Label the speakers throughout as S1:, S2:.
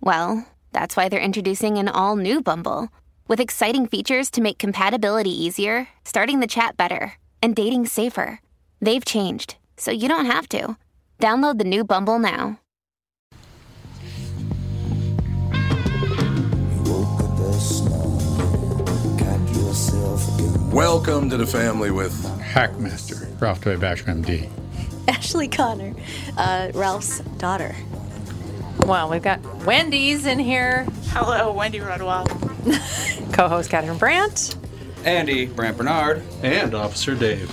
S1: well, that's why they're introducing an all new Bumble with exciting features to make compatibility easier, starting the chat better, and dating safer. They've changed, so you don't have to. Download the new Bumble now.
S2: Welcome to the family with
S3: Hackmaster, Ralph Toy Basham MD.
S4: Ashley Connor, uh, Ralph's daughter.
S5: Well, we've got Wendy's in here.
S6: Hello, Wendy Rodwell.
S5: Co-host Catherine Brandt.
S7: Andy, Brant Bernard,
S8: and Officer Dave.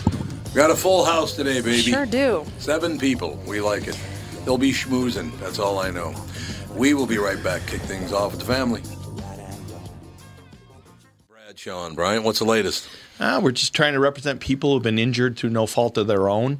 S2: We got a full house today, baby.
S5: Sure do.
S2: Seven people. We like it. They'll be schmoozing. That's all I know. We will be right back. Kick things off with the family. Brad, Sean, Bryant, what's the latest?
S8: Uh, we're just trying to represent people who've been injured through no fault of their own.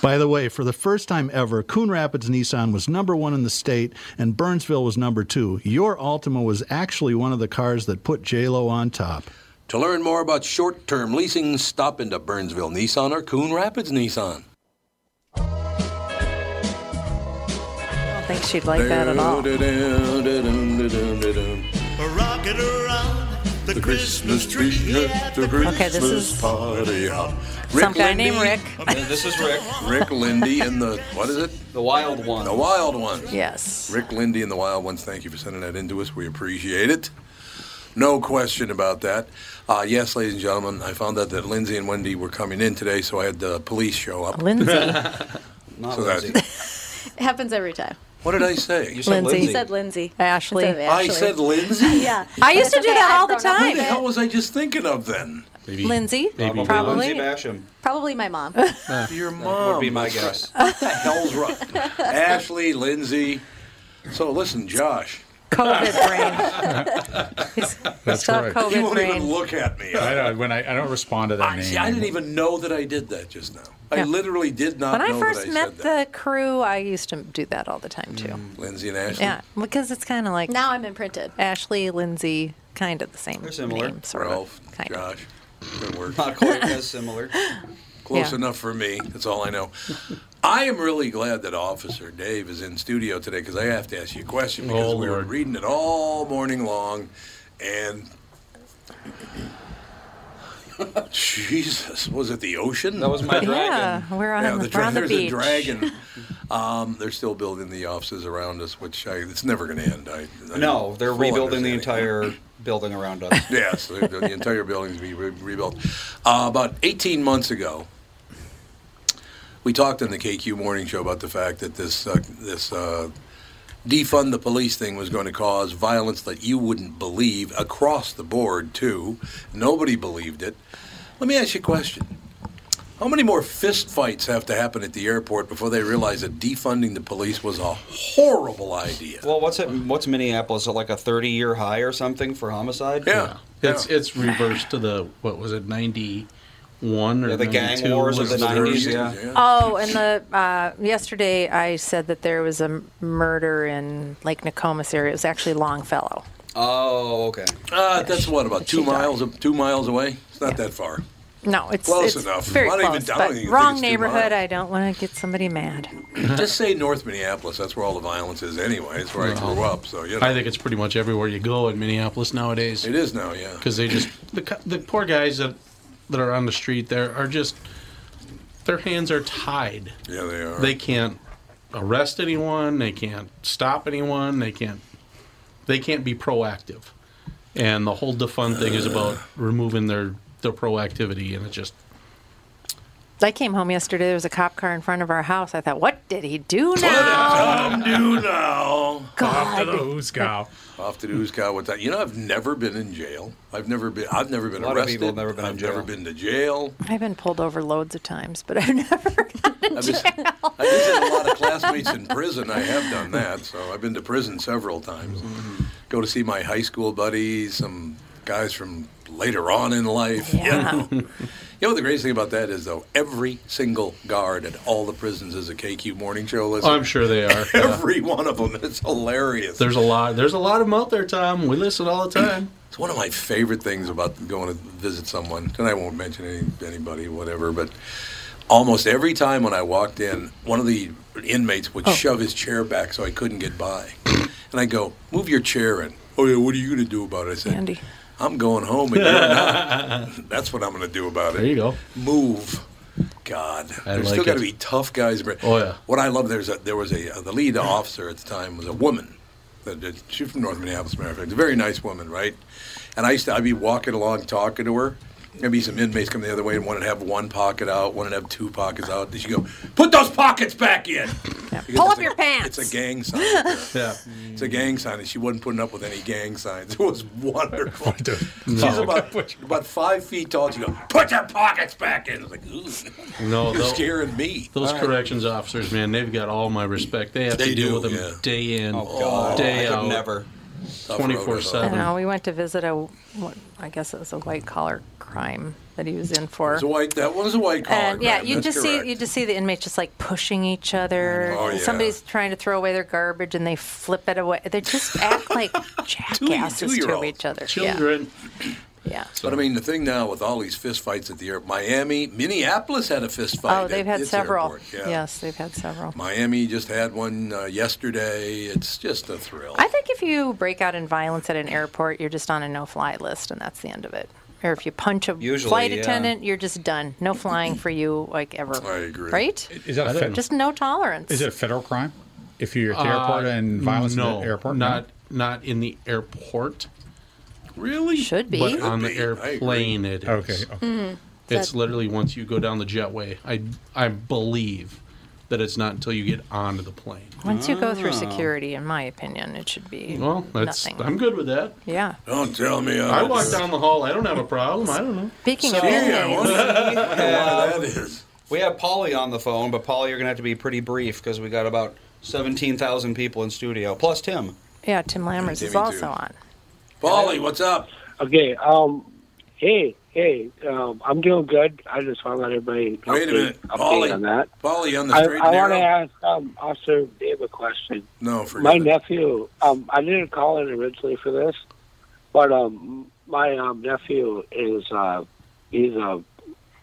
S9: By the way, for the first time ever, Coon Rapids Nissan was number one in the state and Burnsville was number two. Your Altima was actually one of the cars that put JLo on top.
S2: To learn more about short term leasing, stop into Burnsville Nissan or Coon Rapids Nissan.
S5: I don't think she'd like that at all.
S10: Rocket around the, Christmas tree. at the
S5: Okay, this Christmas is
S2: party
S5: Some guy named Rick.
S7: this is Rick.
S2: Rick Lindy and the what is it?
S7: The wild one.
S2: The Wild Ones.
S5: Yes.
S2: Rick Lindy and the Wild Ones. Thank you for sending that in to us. We appreciate it. No question about that. Uh, yes, ladies and gentlemen, I found out that Lindsay and Wendy were coming in today, so I had the police show up.
S5: Lindsay.
S7: Not
S2: So that's-
S7: Lindsay.
S4: It happens every time.
S2: What did I say?
S7: You said
S5: Lindsay.
S4: He said Lindsay.
S5: Ashley.
S4: Instead of
S2: I
S4: Ashley.
S2: said Lindsay.
S4: Yeah.
S5: I used to
S4: It's
S5: do
S4: okay,
S5: that
S4: I've
S5: all the
S4: grown up
S2: What the
S5: time.
S2: hell was I just thinking of then?
S8: Maybe.
S5: Lindsay.
S8: Maybe.
S5: Probably.
S7: Lindsay Basham.
S4: Probably my mom.
S2: Your mom
S7: Would be my
S2: was-
S7: guess.
S2: What the hell's wrong? Ashley, Lindsay. So listen, Josh.
S5: COVID brain.
S3: That's
S5: Stop
S3: correct.
S2: You
S5: COVID
S2: won't even
S5: brain.
S2: look at me.
S3: I don't, when I, I don't respond to that
S2: I,
S3: name.
S2: see, I didn't even know that I did that just now. I
S5: Yeah.
S2: literally did not
S5: When I
S2: know
S5: first
S2: that I
S5: met
S2: said that. Mm,
S5: the crew, I used to do that all the time too.
S2: Lindsay and Ashley.
S5: Yeah, because it's kind of like
S4: now I'm imprinted.
S5: Ashley, Lindsay, kind of the same
S7: They're similar.
S5: name, sort
S2: Ralph,
S5: of. Kind of.
S2: Josh. Good work.
S7: Not quite as similar.
S2: Close
S5: Yeah.
S2: enough for me. That's all I know. I am really glad that Officer Dave is in studio today because I have to ask you a question because
S3: Oh,
S2: we were
S3: Lord.
S2: reading it all morning long, and Jesus, was it the ocean?
S7: That was my
S5: Yeah, dragon. we're on-
S2: the dra-
S5: we're on the
S2: there's
S5: beach.
S2: a dragon. Um, they're still building the offices around us, which I, it's never going to end. I, I
S7: No, they're
S2: full
S7: rebuilding the
S2: understanding.
S7: entire building around us.
S2: Yes, the, the entire building's being re- rebuilt. Uh, about 18 months ago, we talked on the KQ Morning Show about the fact that this uh, this uh, defund the police thing was going to cause violence that you wouldn't believe across the board too. Nobody believed it. Let me ask you a question. How many more fist fights have to happen at the airport before they realize that defunding the police was a horrible idea?
S7: Well, what's it? What's Minneapolis at like a thirty-year high or something for homicide?
S2: Yeah.
S6: It's it's reversed to the what was it ninety one or
S7: Yeah, the gang
S6: 92
S7: wars of
S6: was
S7: the 90s,
S6: first.
S7: yeah.
S5: Oh, and the uh, yesterday I said that there was a m- murder in Lake Nokomis area. It was actually Longfellow.
S2: Oh, okay. Uh, that's what about two miles two miles away. It's not that far.
S5: No, it's
S2: Close
S5: it's
S2: enough.
S5: Very
S2: Not even-
S5: close,
S2: I don't
S5: but
S2: even think
S5: wrong
S2: it's two
S5: neighborhood.
S2: miles.
S5: I don't want to get somebody mad.
S2: Just say North Minneapolis. That's where all the violence is anyway. It's where I grew up. So you know.
S6: I think it's pretty much everywhere you go in Minneapolis nowadays. It
S2: is now, yeah.
S6: Because they just the co- the poor guys that that are on the street there are just their hands are tied.
S2: Yeah, they are.
S6: They can't arrest anyone. They can't stop anyone. They can't they can't be proactive. And the whole defund thing is
S2: Uh.
S6: about removing their their proactivity, and it just
S5: I came home yesterday. There was a cop car in front of our house. I thought, what did he do now?
S2: Come do now. Off to the Hooskow. Off to the Hooskow. What's that? You know, I've never been in jail. I've never been. I've never been
S7: A lot of
S2: arrested.
S7: people have never been in
S2: I've
S7: jail.
S2: never been to jail.
S5: I've been pulled over loads of times, but I've never.
S2: I've just, I've visited a lot of classmates in prison. I have done that. So I've been to prison several times.
S6: Mm-hmm.
S2: Go to see my high school buddies, some guys from later on in life.
S5: Yeah.
S2: You know, You know what the greatest thing about that is, though? Every single guard at all the prisons is a KQ morning show listener.
S6: I'm sure they are.
S2: Every one of them. It's hilarious.
S6: There's a lot. There's a lot of them out there, Tom. We listen all the time.
S2: It's one of my favorite things about going to visit someone, and I won't mention any, anybody, whatever, but almost every time when I walked in, one of the inmates would shove his chair back so I couldn't get by. And I go, Move your chair in. Oh, yeah, what are you going to do about it? I said,
S5: Andy.
S2: I'm going home and you're not. That's what I'm going to do about it.
S6: There you go.
S2: Move. God,
S6: I
S2: there's
S6: like
S2: still got to
S6: it.
S2: be tough guys.
S6: Oh, yeah.
S2: What I love there's a, there was a uh, the lead officer at the time was a woman. That- that- She was from North Minneapolis, matter of fact, a very nice woman, right? And I used to I'd be walking along talking to her. There'd be some inmates come the other way and one would have one pocket out, one would have two pockets out. And she'd go, "Put those pockets back in." Because
S5: Pull
S2: it's
S5: up
S2: a-
S5: your pants.
S2: It's a gang sign. yeah, it's a gang sign, and she wasn't putting up with any gang signs. It was wonderful. She's
S7: Oh,
S6: No.
S2: about about five feet tall. She goes, "Put your pockets back in." I was like, "Ooh,
S6: No,
S2: you're
S6: tho-
S2: scaring me."
S6: Those
S2: All right.
S6: corrections officers, man, they've got all my respect. They have
S2: They
S6: to deal
S2: do,
S6: with them
S2: yeah.
S6: day in,
S7: Oh, God.
S6: day
S7: I could
S6: out,
S7: never.
S2: Tough road,
S6: twenty four
S5: I
S6: seven.
S5: don't know. We went to visit a, what, I guess it was a white collar crime that he was in for.
S2: It's a white. That was a white collar.
S5: And yeah,
S2: crime,
S5: you
S2: that's
S5: just
S2: correct.
S5: see you just see the inmates just like pushing each other.
S2: Oh, yeah.
S5: Somebody's trying to throw away their garbage and they flip it away. They just act like jackasses to
S2: two-year-olds.
S5: each other. Yeah.
S2: But I mean, the thing now with all these fist fights at the airport, Miami, Minneapolis had a fist
S5: Yeah.
S2: fight.
S5: Oh, they've
S2: at
S5: had
S2: its
S5: several.
S2: airport, yeah.
S5: Yes, they've had several.
S2: Miami just had one uh, yesterday. It's just a thrill.
S5: I think if you break out in violence at an airport, you're just on a no-fly list, and that's the end of it. Or if you punch a
S2: Usually,
S5: flight
S2: yeah.
S5: attendant, you're just done. No flying for you, like ever.
S3: I agree.
S5: Right?
S3: Is that a fin-
S5: just no tolerance?
S3: Is it a federal crime if you're at the
S6: Uh,
S3: airport and violence
S6: no,
S3: at the airport?
S6: Not not in the airport.
S2: Really?
S5: Should be.
S6: But on the airplane, it is.
S3: Okay,
S5: okay. Mhm.
S6: It's
S5: That-
S6: literally once you go down the jetway. I I believe that it's not until you get onto the plane.
S5: Once you go
S6: Ah.
S5: through security, in my opinion, it should be
S6: Well, that's
S5: nothing.
S6: I'm good with that.
S5: Yeah.
S2: Don't tell me.
S6: I,
S2: I
S6: walk down the hall. I don't have a problem. I don't know.
S5: Speaking of
S7: So-
S5: inmates,
S7: Um, We have Polly on the phone, but Polly, you're going to have to be pretty brief because we got about 17,000 people in studio, plus Tim.
S5: yeah, Tim Lammers is
S7: Timmy,
S5: also
S7: too.
S5: on.
S2: Polly, what's up?
S11: Okay. Um. Hey. Hey. Um. I'm doing good. I just want to let everybody
S2: Wait
S11: update,
S2: a minute,
S11: update
S2: Polly.
S11: on that.
S2: Polly on the
S11: I,
S2: straight
S11: I
S2: and
S11: want to
S2: narrow.
S11: ask um, Officer Dave a question.
S2: No, forget
S11: my
S2: it.
S11: nephew. Um. I didn't call in originally for this, but um, my um nephew is uh, he's uh,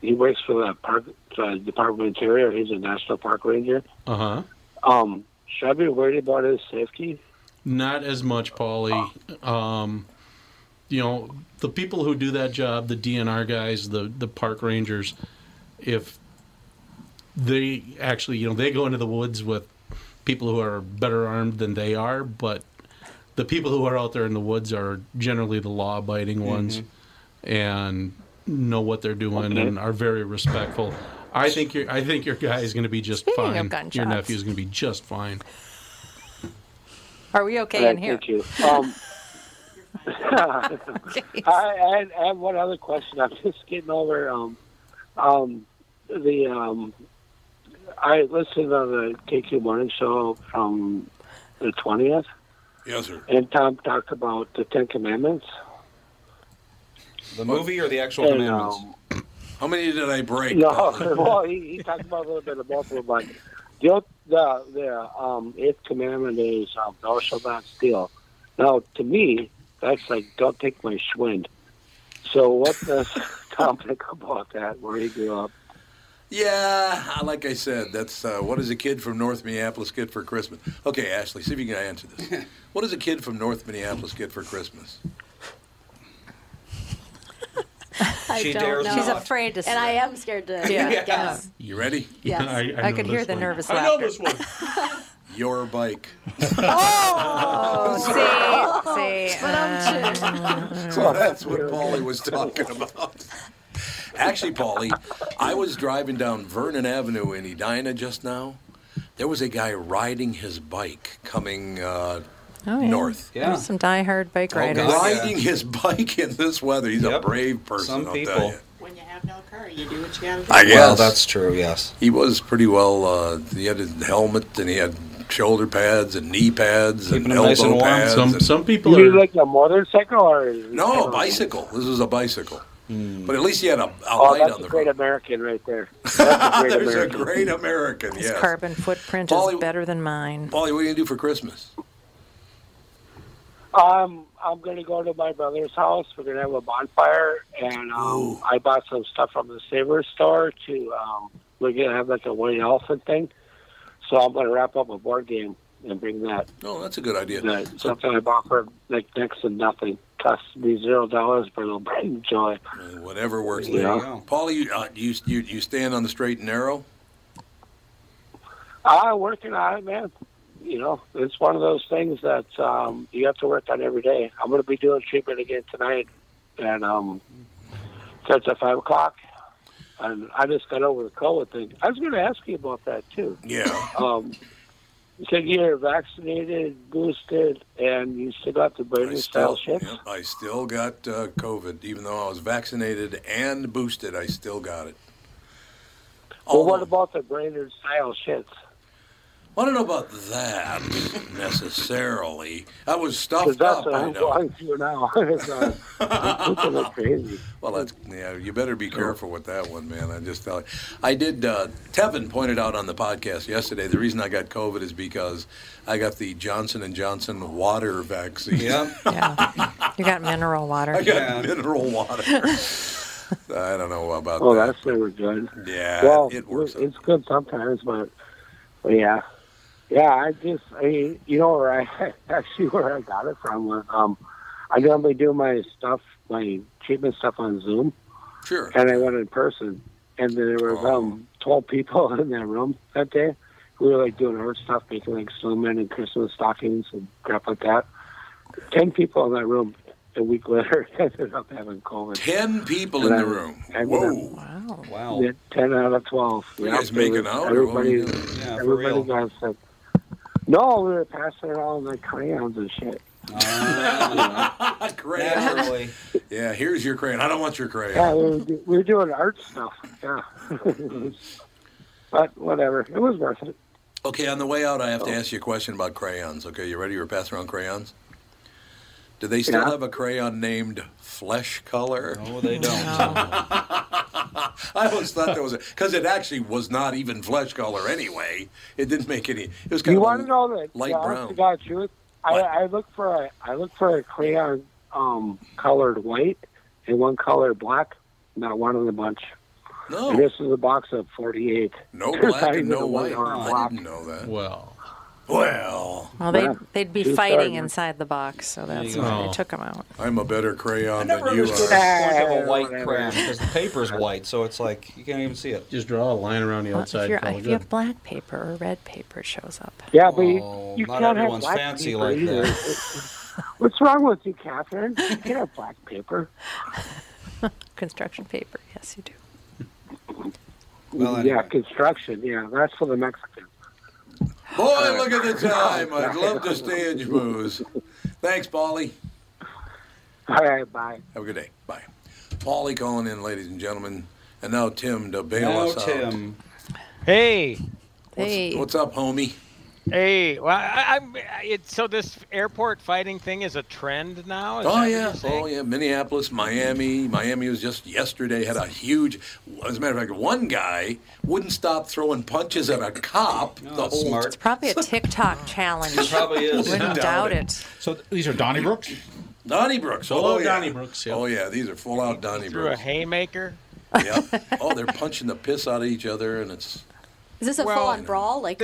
S11: he works for the park uh, Department of Interior. He's a national park ranger.
S6: Uh huh.
S11: Um. Should I be worried about his safety?
S6: Not as much, Polly. Um, you know, the people who do that job, the DNR guys, the the park rangers, if they actually, you know, they go into the woods with people who are better armed than they are, but the people who are out there in the woods are generally the law abiding ones
S7: Mhm.
S6: and know what they're doing
S7: Okay.
S6: and are very respectful. I think your I think your guy is going to be just
S5: Speaking of
S6: fine. your
S5: gunshots.
S6: nephew is going to be just fine.
S5: Are we okay in here?
S11: Thank you. Um, I, I, I have one other question. I'm just getting over um, um, the. Um, I listened to the KQ Morning Show from the 20th,
S2: Yes, sir.
S11: and Tom talked about the Ten Commandments.
S7: The movie or the actual
S11: Hey, um,
S7: commandments?
S2: How many did I break?
S11: No, well, he, he talked about a little bit of both of them, but the, oth- the, the um, eighth commandment is um, thou shalt not steal. Now, to me, that's like, don't take my schwind. So what does Tom think about that, where he grew up?
S2: Yeah, I- like I said, that's uh, what is a kid from North Minneapolis get for Christmas? Okay, Ashley, see if you can answer this. what does a kid from North Minneapolis get for Christmas?
S4: I
S2: She
S4: don't
S2: dares
S4: know.
S2: She's not.
S4: afraid to. And I am scared to.
S5: Yeah.
S4: guess.
S2: You ready?
S4: Yes. I- I I know could hear this the one. nervous
S2: I know
S4: laughter.
S2: this one. Your bike.
S5: Oh, see, uh, see.
S2: So that's what Paulie was talking about. Actually, Paulie, I was driving down Vernon Avenue in Edina just now. There was a guy riding his bike coming uh,
S5: Oh, yeah.
S2: north.
S5: There's Some diehard bike
S2: Oh,
S5: riders.
S2: riding his bike in this weather. He's a brave person.
S7: Some
S2: I'll
S7: people.
S2: Tell you.
S12: When you have no car, you do what you gotta do.
S2: I guess
S7: Well, that's true. Yes.
S2: He was pretty well. Uh, he had his helmet and he had shoulder pads and knee pads and
S7: him
S2: elbow
S7: nice and warm.
S2: pads.
S7: Some-
S2: and-
S6: some
S11: You mean like a motorcycle or?
S2: No, a bicycle. This was a bicycle. But at least he had a, a
S11: Hmm. Oh,
S2: light
S11: that's
S2: on
S11: a
S2: the
S11: great American right there. That's a great
S2: There's a
S11: American.
S2: great American.
S5: His
S2: Yes.
S5: carbon footprint is better than mine.
S2: Paulie, what are you gonna do for Christmas?
S11: Um, I'm gonna go to my brother's house. We're gonna have a bonfire, and um, I bought some stuff from the Savers store to. Um, we're gonna have like a Woody elephant thing, so I'm gonna wrap up a board game and bring that.
S2: Oh, that's a good idea.
S11: That something I bought for like next to nothing. Cost me zero dollars, but it'll bring joy.
S2: Whatever works.
S11: There you
S2: Yeah.
S11: go.
S2: Paulie, you, uh, you you you stand on the straight and narrow.
S11: I'm Ah, working on it, man. You know, it's one of those things that um, you have to work on every day. I'm gonna be doing treatment again tonight, and um, starts at five o'clock. And I just got over the COVID thing. I was going to ask you about that too.
S2: Yeah.
S11: Um, you said you're vaccinated, boosted, and you still got the Brady style shifts.
S2: yep, I still got uh, COVID, even though I was vaccinated and boosted. I still got it. Oh.
S11: Well, what about the Brainerd style shits?
S2: I don't know about that necessarily. I was stuffed
S11: Because that's
S2: up.
S11: what
S2: I
S11: I'm
S2: know.
S11: going through now. It's, uh, I'm looking like crazy. Oh.
S2: Well, that's, yeah, you better be careful with that one, man. I just tell you. I did. Uh, Tevin pointed out on the podcast yesterday the reason I got COVID is because I got the Johnson and Johnson water vaccine.
S7: Yeah,
S5: You got mineral water.
S2: I got mineral water. I don't know about
S11: Oh,
S2: that.
S11: that's never good.
S2: Yeah,
S11: well,
S2: it works.
S11: It's good sometimes, but, but yeah, yeah. I just, I, you know, where I actually where I got it from was, um, I normally do my stuff, my treatment stuff on Zoom,
S2: Sure. Oh.
S11: and I went in person, and there were um twelve people in that room that day. We were like doing our stuff, making like snowmen and Christmas stockings and crap like that. Ten people in that room. A week later, ended up having COVID.
S2: Ten people in
S11: And
S2: the
S11: I-
S2: room.
S11: I ended up
S2: Whoa.
S5: Wow.
S7: Wow.
S11: yeah, ten out of twelve.
S2: You
S11: Yeah,
S2: guys making out or what were
S11: Everybody,
S2: you doing?
S7: Yeah, for
S11: everybody
S7: real.
S11: got sick. No, we were passing around like crayons and shit.
S2: Crayon.
S7: Naturally.
S2: Yeah, here's your crayon. I don't want your crayon.
S11: Yeah, we were, do- we were doing art stuff. Yeah, but whatever, it was worth it.
S2: Okay, on the way out, I have
S11: Oh.
S2: to ask you a question about crayons. Okay, you ready? We're passing around crayons. Do they still
S11: Yeah.
S2: have a crayon named Flesh Color?
S7: No, they don't.
S2: I always thought that was because it actually was not even flesh color anyway. It didn't make any. It was kind
S11: You
S2: of
S11: want to know that?
S2: light
S11: the honest
S2: brown.
S11: To God, truth. I, I look for a I look for a crayon um, colored white and one colored black. Not one in the bunch.
S2: No.
S11: And this is a box of forty eight.
S2: no
S11: There's
S2: black
S11: not
S2: and
S11: even
S2: no
S11: a
S2: white.
S11: one on a
S2: I
S11: block.
S2: didn't know that.
S6: Well,
S2: Well,
S5: Well, they'd, they'd be fighting inside the box, so that's
S2: you
S5: why
S2: go.
S5: they took them out.
S2: I'm a better crayon than
S7: never
S2: you
S7: understood
S2: are.
S7: the point of a white crayon because the paper's white, so it's like you can't even see it.
S6: Just draw a line around the
S5: Well,
S6: outside.
S5: if, you're,
S6: probably
S5: if you
S6: good.
S5: have black paper or red paper, it shows up.
S11: Yeah, but you,
S2: Oh,
S11: you
S7: not
S11: can't have
S7: everyone's
S11: black
S7: fancy
S11: paper
S7: like
S11: either. What's wrong with you, Catherine? You can't have black paper.
S5: Construction paper, yes, you do.
S11: yeah, construction. Yeah, that's for the Mexicans. Uh,
S2: Boy, look at the time. I'd love to stay in Jamoo's. Thanks, Polly.
S11: All right, bye.
S2: Have a good day. Bye. Polly calling in, ladies and gentlemen. And now Tim to bail
S7: Now
S2: us out.
S7: Tim.
S13: Hey.
S5: Hey.
S2: What's up, homie?
S13: Hey, well, I, I'm. It's so this airport fighting thing is a trend now. Is that
S2: oh
S13: what
S2: yeah,
S13: you're saying?
S2: oh yeah. Minneapolis, Miami. Miami was just yesterday had a huge. As a matter of fact, one guy wouldn't stop throwing punches at a cop. the whole
S5: It's probably a TikTok challenge.
S2: It probably is.
S5: Wouldn't doubt it.
S2: So these are Donnybrooks. Donnybrooks. Oh,
S13: Full-out
S2: yeah.
S13: Donnybrooks,
S2: Oh yeah, these are full out
S13: Through a
S2: Donnybrooks.
S13: haymaker.
S2: Oh, they're punching the piss out of each other, and it's
S4: Is this a full-on brawl? Like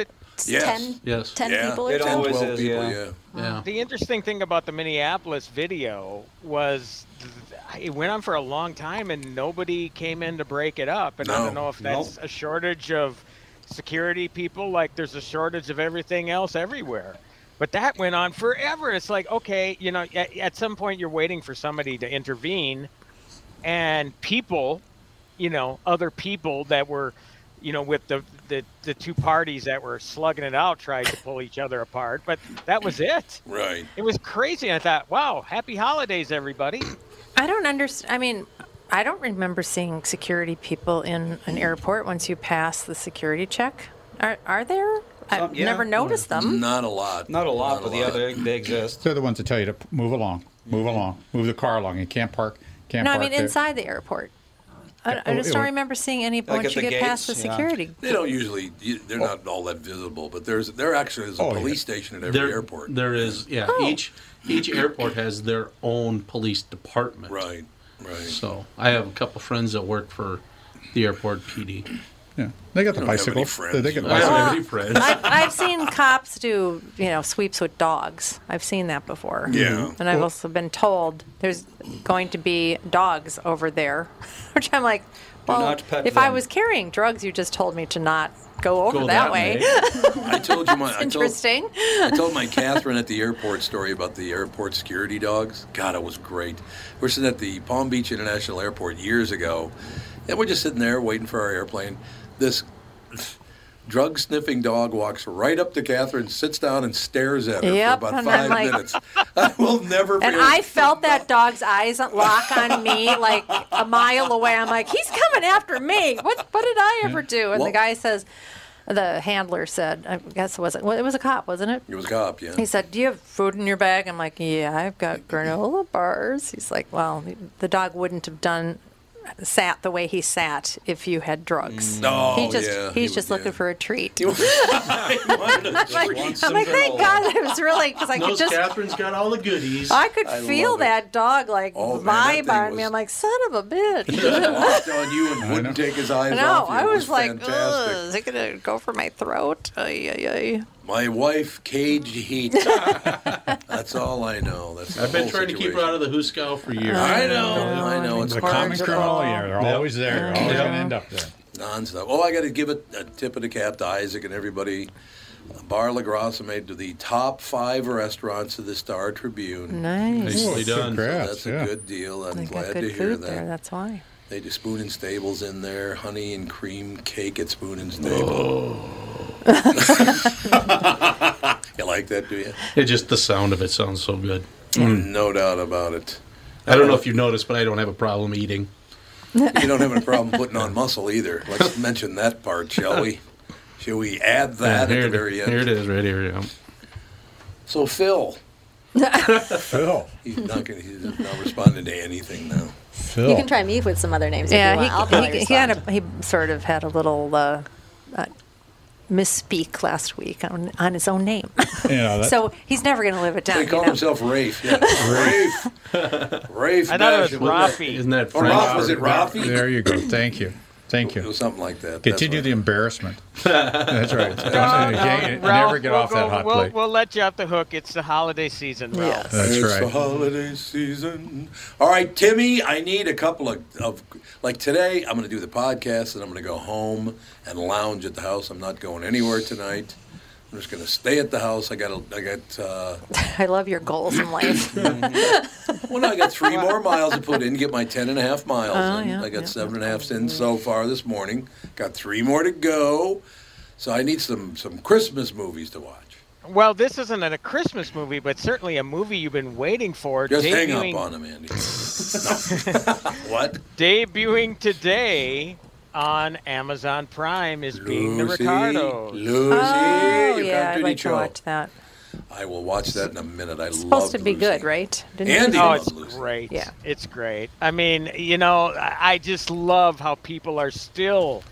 S2: yes,
S4: 10,
S2: yes,
S4: 10
S2: yeah.
S4: people?
S2: It
S4: or something?
S2: always is, people, yeah. yeah.
S13: The interesting thing about the Minneapolis video was th- it went on for a long time and nobody came in to break it up. And I
S2: No.
S13: don't know if that's a shortage of security people, like there's a shortage of everything else everywhere. But that went on forever. It's like, okay, you know, at, at some point you're waiting for somebody to intervene and people, you know, other people that were, you know, with the, the, the two parties that were slugging it out tried to pull each other apart. But that was it.
S2: Right.
S13: It was crazy. I thought, wow, happy holidays, everybody.
S5: I don't understand. I mean, I don't remember seeing security people in an airport once you pass the security check. Are, are there? I've
S7: yeah.
S5: never noticed
S3: Mm. Mm-hmm.
S5: them.
S2: Not a lot.
S7: Not a lot, but yeah, they, they exist.
S3: They're the ones that tell you to p- move along, move
S2: Mm-hmm.
S3: along, move the car along. You can't park. Can't
S5: no, I
S3: park
S5: mean
S3: there.
S5: inside the airport. I, I
S3: Oh,
S5: just
S3: it
S5: don't
S3: would-
S5: remember seeing any
S3: Like
S5: once
S3: at
S5: you
S3: the
S5: get past the
S3: gates, yeah. Oh.
S5: security.
S2: They don't usually. you- They're not all that visible, but there's there actually is a police station at every
S6: Oh, There-
S2: airport.
S6: There is, yeah.
S2: Oh.
S6: Each each airport has their own police department.
S2: Right, right.
S6: So I have a couple friends that work for the airport PD.
S3: Yeah, they got the
S6: I don't have any
S3: bicycle. They, they got
S6: friends.
S3: the bicycle.
S6: I don't have any friends.
S5: I've, I've seen cops do, you know, sweeps with dogs. I've seen that before.
S3: Yeah.
S5: And I've
S3: Well-
S5: also been told there's going to be dogs over there, which I'm like, well,
S2: not pet
S5: if I
S2: them.
S5: was carrying drugs, you just told me to not go over
S2: Go
S5: that,
S2: that
S5: way.
S2: way. I told you my. I told,
S5: Interesting.
S2: I told my Catherine at the airport story about the airport security dogs. God, it was great. We're sitting at the Palm Beach International Airport years ago, and we're just sitting there waiting for our airplane. This drug sniffing dog walks right up to Catherine, sits down, and stares at her
S5: Yep,
S2: for about
S5: and I'm
S2: five
S5: like-
S2: minutes. I will never forget.
S5: And I felt that dog's eyes lock on me like a mile away. I'm like, he's coming after me. What what did I ever do? And
S2: Well-
S5: the guy says, the handler said, I guess it was well, it was a cop, wasn't it?
S2: it was a cop, yeah.
S5: He said, "Do you have food in your bag?" I'm like, "Yeah, I've got granola bars." He's like, "Well, the dog wouldn't have done sat the way he sat if you had drugs.
S2: No,
S5: he just
S2: Mm. Oh, yeah,
S5: he's
S2: he
S5: just looking for a treat."
S2: I'm
S5: like, I'm like, thank God it was really because I could
S6: Knows
S5: just
S6: Catherine's got all the goodies.
S5: I could
S6: I
S5: feel
S6: love it.
S5: that dog like
S6: Oh, man, that
S5: vibe
S6: thing
S5: on me. I'm like, son of a
S2: He
S5: bitch.
S2: just walked on you and wouldn't take his eyes
S5: No,
S2: off you.
S5: I
S2: It
S5: was like,
S2: fantastic.
S5: "Ugh, is it gonna go for my throat? Ay, ay, ay.
S2: My wife caged heat. That's all I know. That's the
S6: I've been
S2: whole
S6: trying to keep her out of the Huskow for years.
S2: I know, I know. It's
S3: The common criminal, yeah, they're
S6: Yep.
S3: always there. They're always going to end up there.
S2: nonstop. Oh, I got to give it a tip of the cap to Isaac and everybody. Bar La Grassa made the top five restaurants of the Star Tribune.
S5: Nice.
S6: Nicely
S2: So
S6: done. Congrats,
S2: that's a
S6: yeah.
S2: good deal. I'm
S5: They
S2: glad
S5: got good
S2: to hear
S5: food
S2: that.
S5: there. That's why.
S2: They do Spoon and Stables in there, honey and cream cake at Spoon and Stable.
S5: Oh.
S2: you like that, do you? Mm.
S6: It just the sound of it sounds so good.
S2: No doubt about it.
S6: I don't know if you noticed, but I don't have a problem eating.
S2: You don't have any problem putting on muscle either. Let's mention that part, shall we? Shall we add that
S6: Yeah, here
S2: at the
S6: it-
S2: very
S6: Here it
S2: end?
S6: is, right here. yeah.
S2: So Phil. Phil. He's not gonna, he's not responding to anything now. Phil.
S4: You can try me with some other names if you want. I'll
S5: yeah,
S4: probably
S5: he, he, he,
S4: respond.
S5: had a, he sort of had a little uh, uh, misspeak last week on, on his own name.
S2: Yeah, that-
S5: so he's never going to live it down.
S2: They
S5: you
S2: call
S5: know?
S2: himself Rafe. Yeah. Rafe. Rafe.
S5: I thought it was
S2: Basham.
S5: Rafi.
S6: Isn't that
S2: Oh,
S6: French?
S2: Ralph, was it Rafi?
S3: There you go. Thank you. Thank you.
S2: It was something like that. That's
S3: Continue the embarrassment. That's right.
S2: No,
S3: Don't-
S2: no,
S3: again,
S2: Ralph,
S3: never get
S2: we'll
S3: off that
S2: go-
S3: hot
S13: We'll,
S3: plate.
S13: we'll let you out the hook. It's the holiday season, Ralph.
S3: That's
S2: it's
S3: right.
S2: the holiday season. All right, Timmy, I need a couple of, of like today. I'm going to do the podcast, and I'm going to go home and lounge at the house. I'm not going anywhere tonight. I'm just going to stay at the house. I got a, I got uh,
S5: I love your goals in life.
S2: well, no, I got three more miles to put in. Get my ten and a half miles
S5: Oh,
S2: in.
S5: yeah,
S2: I got seven and a half in so far this morning. Got three more to go. So I need some some Christmas movies to watch.
S13: Well, this isn't a Christmas movie, but certainly a movie you've been waiting for.
S2: Just hang up
S13: debuting-
S2: on them, Andy. No. what?
S13: Debuting today on Amazon Prime is being the
S2: Lucy,
S13: Ricardos.
S2: Lucy,
S5: Oh,
S2: you
S5: yeah,
S2: got
S5: I'd
S2: to
S5: like to
S2: show.
S5: watch that.
S2: I will watch that in a minute. I
S5: It's
S2: love
S5: supposed to be good, right?
S2: Andy
S5: you-
S13: oh, it's great. Yeah, it's great. I mean, you know, I I just love how people are still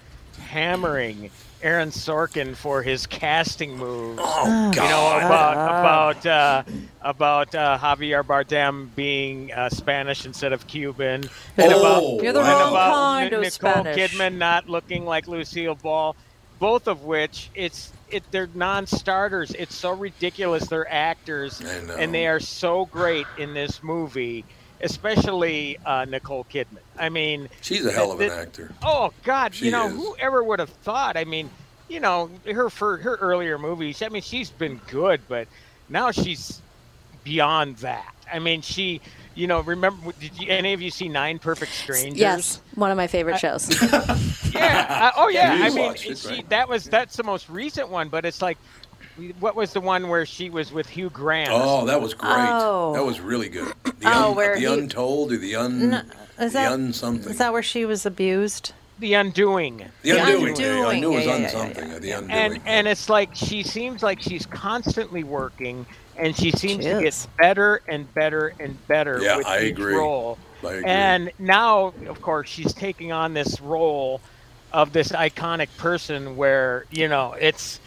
S13: hammering Aaron Sorkin for his casting moves.
S2: Oh,
S13: You know
S2: God.
S13: about about uh, about uh, Javier Bardem being uh, Spanish instead of Cuban. and
S2: Oh,
S13: about,
S2: You're the
S13: and
S2: wrong
S13: about
S2: kind
S13: Ni-
S2: of
S13: Nicole
S2: Spanish.
S13: Kidman not looking like Lucille Ball. Both of which, it's it, they're non-starters. It's so ridiculous. They're actors, and they are so great in this movie, especially uh, Nicole Kidman. I mean,
S2: She's a hell of an
S13: that-
S2: actor.
S13: Oh God,
S2: She
S13: you know
S2: is.
S13: whoever would have thought? I mean, you know her for her earlier movies. I mean, she's been good, but now she's beyond that. I mean, she. You know, remember? Did you, any of you see Nine Perfect Strangers?
S4: Yes, one of my favorite shows.
S13: yeah. I- oh yeah.
S4: You
S13: I mean,
S4: watched it,
S13: she,
S4: right?
S13: that was that's the most recent one, but it's like, what was the one where she was with Hugh Grant?
S2: Oh, that was great.
S5: Oh.
S2: That was really good. The,
S5: Oh,
S2: un,
S5: where
S2: the
S5: he-
S2: untold or the un
S5: No,
S2: the
S5: is that-
S2: un something.
S5: Is that where she was abused?
S13: The Undoing.
S2: The undoing.
S5: Undoing.
S2: I knew it was
S5: Yeah, yeah,
S2: un
S5: yeah,
S2: something. or The undoing.
S13: and and it's like she seems like she's constantly working, and she seems
S2: She
S13: to get better and better and better
S2: Yeah,
S13: with
S2: I
S13: each
S2: agree.
S13: role.
S2: I agree.
S13: And now, of course, she's taking on this role of this iconic person, where you know it's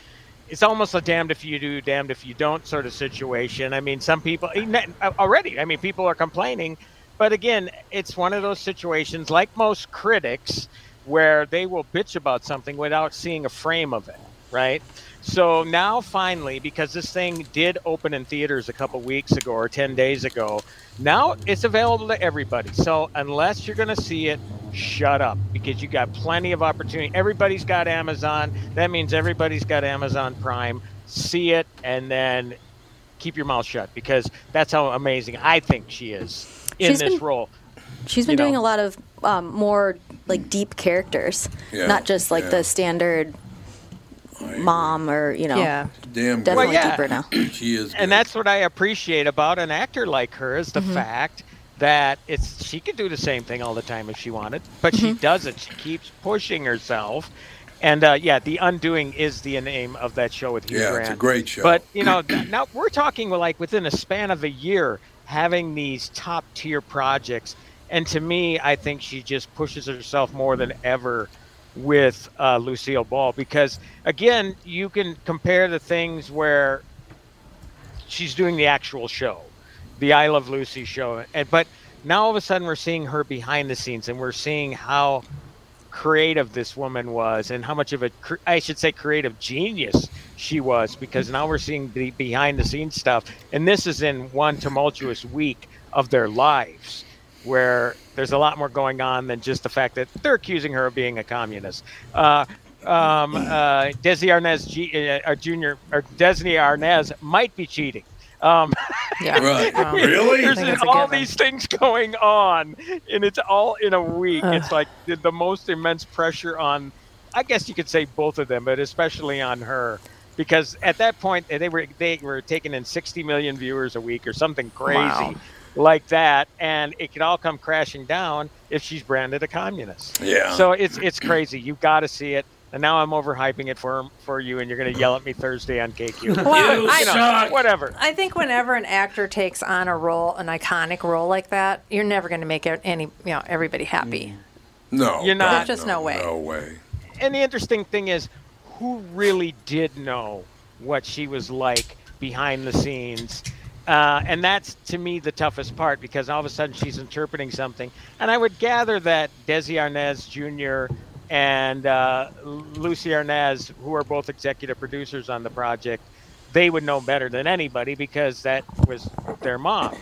S13: it's almost a damned if you do, damned if you don't sort of situation. I mean, some people eh, uh, already. I mean, people are complaining, but again, it's one of those situations, like most critics, where they will bitch about something without seeing a frame of it, right? So now, finally, because this thing did open in theaters a couple weeks ago or ten days ago, now it's available to everybody. So unless you're going to see it, shut up because you got plenty of opportunity. Everybody's got Amazon. That means everybody's got Amazon Prime. See it and then keep your mouth shut because that's how amazing I think she is in
S4: She's
S13: this
S4: been-
S13: role.
S4: She's been
S13: You know.
S4: doing a lot of um, more like deep characters,
S13: Yeah,
S4: not just like
S2: yeah.
S4: the standard mom or you know.
S2: Yeah. Damn good.
S13: Well,
S4: Definitely
S13: yeah.
S4: deeper now.
S2: she is
S13: And that's what I appreciate about an actor like her is the fact that it's she could do the same thing all the time if she wanted, but she doesn't. She keeps pushing herself. And uh, yeah, the undoing is the name of that show with Hugh
S2: Yeah, it's a
S13: Grant.
S2: great show.
S13: But you know, th- now we're talking like within a span of a year having these top tier projects. And to me, I think she just pushes herself more than ever with uh, Lucille Ball because again, you can compare the things where she's doing the actual show, the I Love Lucy show. And but now all of a sudden we're seeing her behind the scenes, and we're seeing how creative this woman was, and how much of a cre- I should say creative genius she was, because now we're seeing the behind the scenes stuff, and this is in one tumultuous week of their lives. Where there's a lot more going on than just the fact that they're accusing her of being a communist. Uh, um, uh, Desi Arnaz, G, uh, our junior, or Desi Arnaz might be cheating. Um,
S5: Yeah. Right. Wow.
S2: Really? Um, I
S13: There's
S2: think it's a
S13: all
S2: given.
S13: these things going on, and it's all in a week. it's like the, the most immense pressure on, I guess you could say both of them, but especially on her, because at that point they were they were taking in 60 million viewers a week or something crazy
S14: Wow.
S13: like that, and it could all come crashing down if she's branded a communist.
S14: Yeah.
S13: So it's it's crazy. You got to see it. And now I'm overhyping it for for you, and you're going to yell at me Thursday on KQ.
S5: Well, You I- suck.
S13: Whatever.
S5: I think whenever an actor takes on a role, an iconic role like that, you're never going to make it any, you know, everybody happy.
S2: No.
S13: You're not.
S5: There's just no way.
S2: No way.
S13: And the interesting thing is, who really did know what she was like behind the scenes? Uh, and that's to me the toughest part because all of a sudden she's interpreting something. And I would gather that Desi Arnaz Jr. and uh, Lucy Arnaz, who are both executive producers on the project, they would know better than anybody because that was their mom.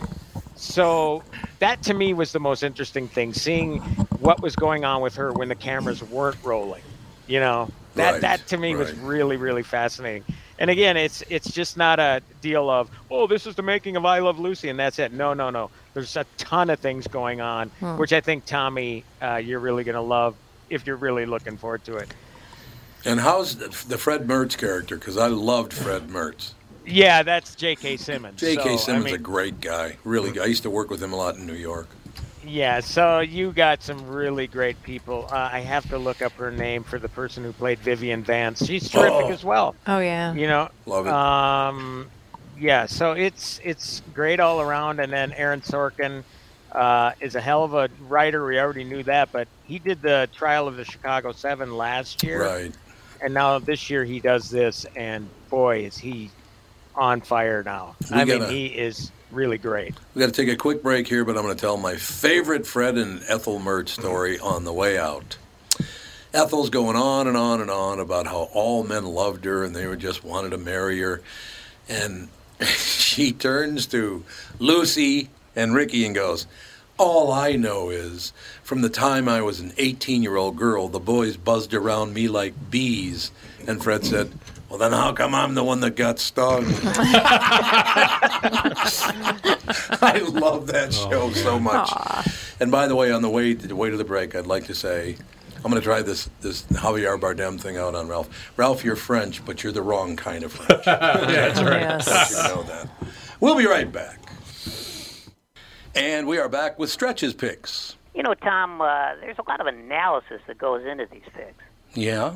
S13: So that to me was the most interesting thing, seeing what was going on with her when the cameras weren't rolling. You know, that
S14: Right,
S13: that to me was
S14: right.
S13: really really fascinating. And again, it's it's just not a deal of oh this is the making of I Love Lucy and that's it. No no no. There's a ton of things going on,
S14: Hmm.
S13: which I think Tommy, uh, you're really gonna love if you're really looking forward to it.
S2: And how's the the Fred Mertz character? Because I loved Fred Mertz.
S13: Yeah, that's J.K. Simmons.
S2: J.K.
S13: So, I
S2: Simmons
S13: mean,
S2: a great guy, really. good. I used to work with him a lot in New York.
S13: Yeah, so you got some really great people. Uh, I have to look up her name for the person who played Vivian Vance. She's terrific
S5: Oh.
S13: as well.
S5: Oh, yeah.
S13: You know,
S5: Love it.
S13: Um, yeah, so it's it's great all around. And then Aaron Sorkin uh, is a hell of a writer. We already knew that, but he did the Trial of the Chicago Seven last year,
S2: Right.
S13: And now this year he does this, and boy, is he on fire now!
S2: We
S13: I mean,
S2: gotta-
S13: he is really great.
S2: We got to take a quick break here, but I'm going to tell my favorite Fred and Ethel Mertz story on the way out. Ethel's going on and on and on about how all men loved her and they were just wanted to marry her, and she turns to Lucy and Ricky and goes, "All I know is from the time I was an 18-year-old girl, the boys buzzed around me like bees." And Fred said, "Well, then how come I'm the one that got stung?" I love that show so much. And by the way, on the way to the way to the break, I'd like to say, I'm going to try this this Javier Bardem thing out on Ralph. Ralph, you're French, but you're the wrong kind of French.
S6: That's right.
S2: Don't you know that. We'll be right back. And we are back with stretches picks.
S15: You know, Tom, uh, there's a lot of analysis that goes into these picks.
S2: Yeah.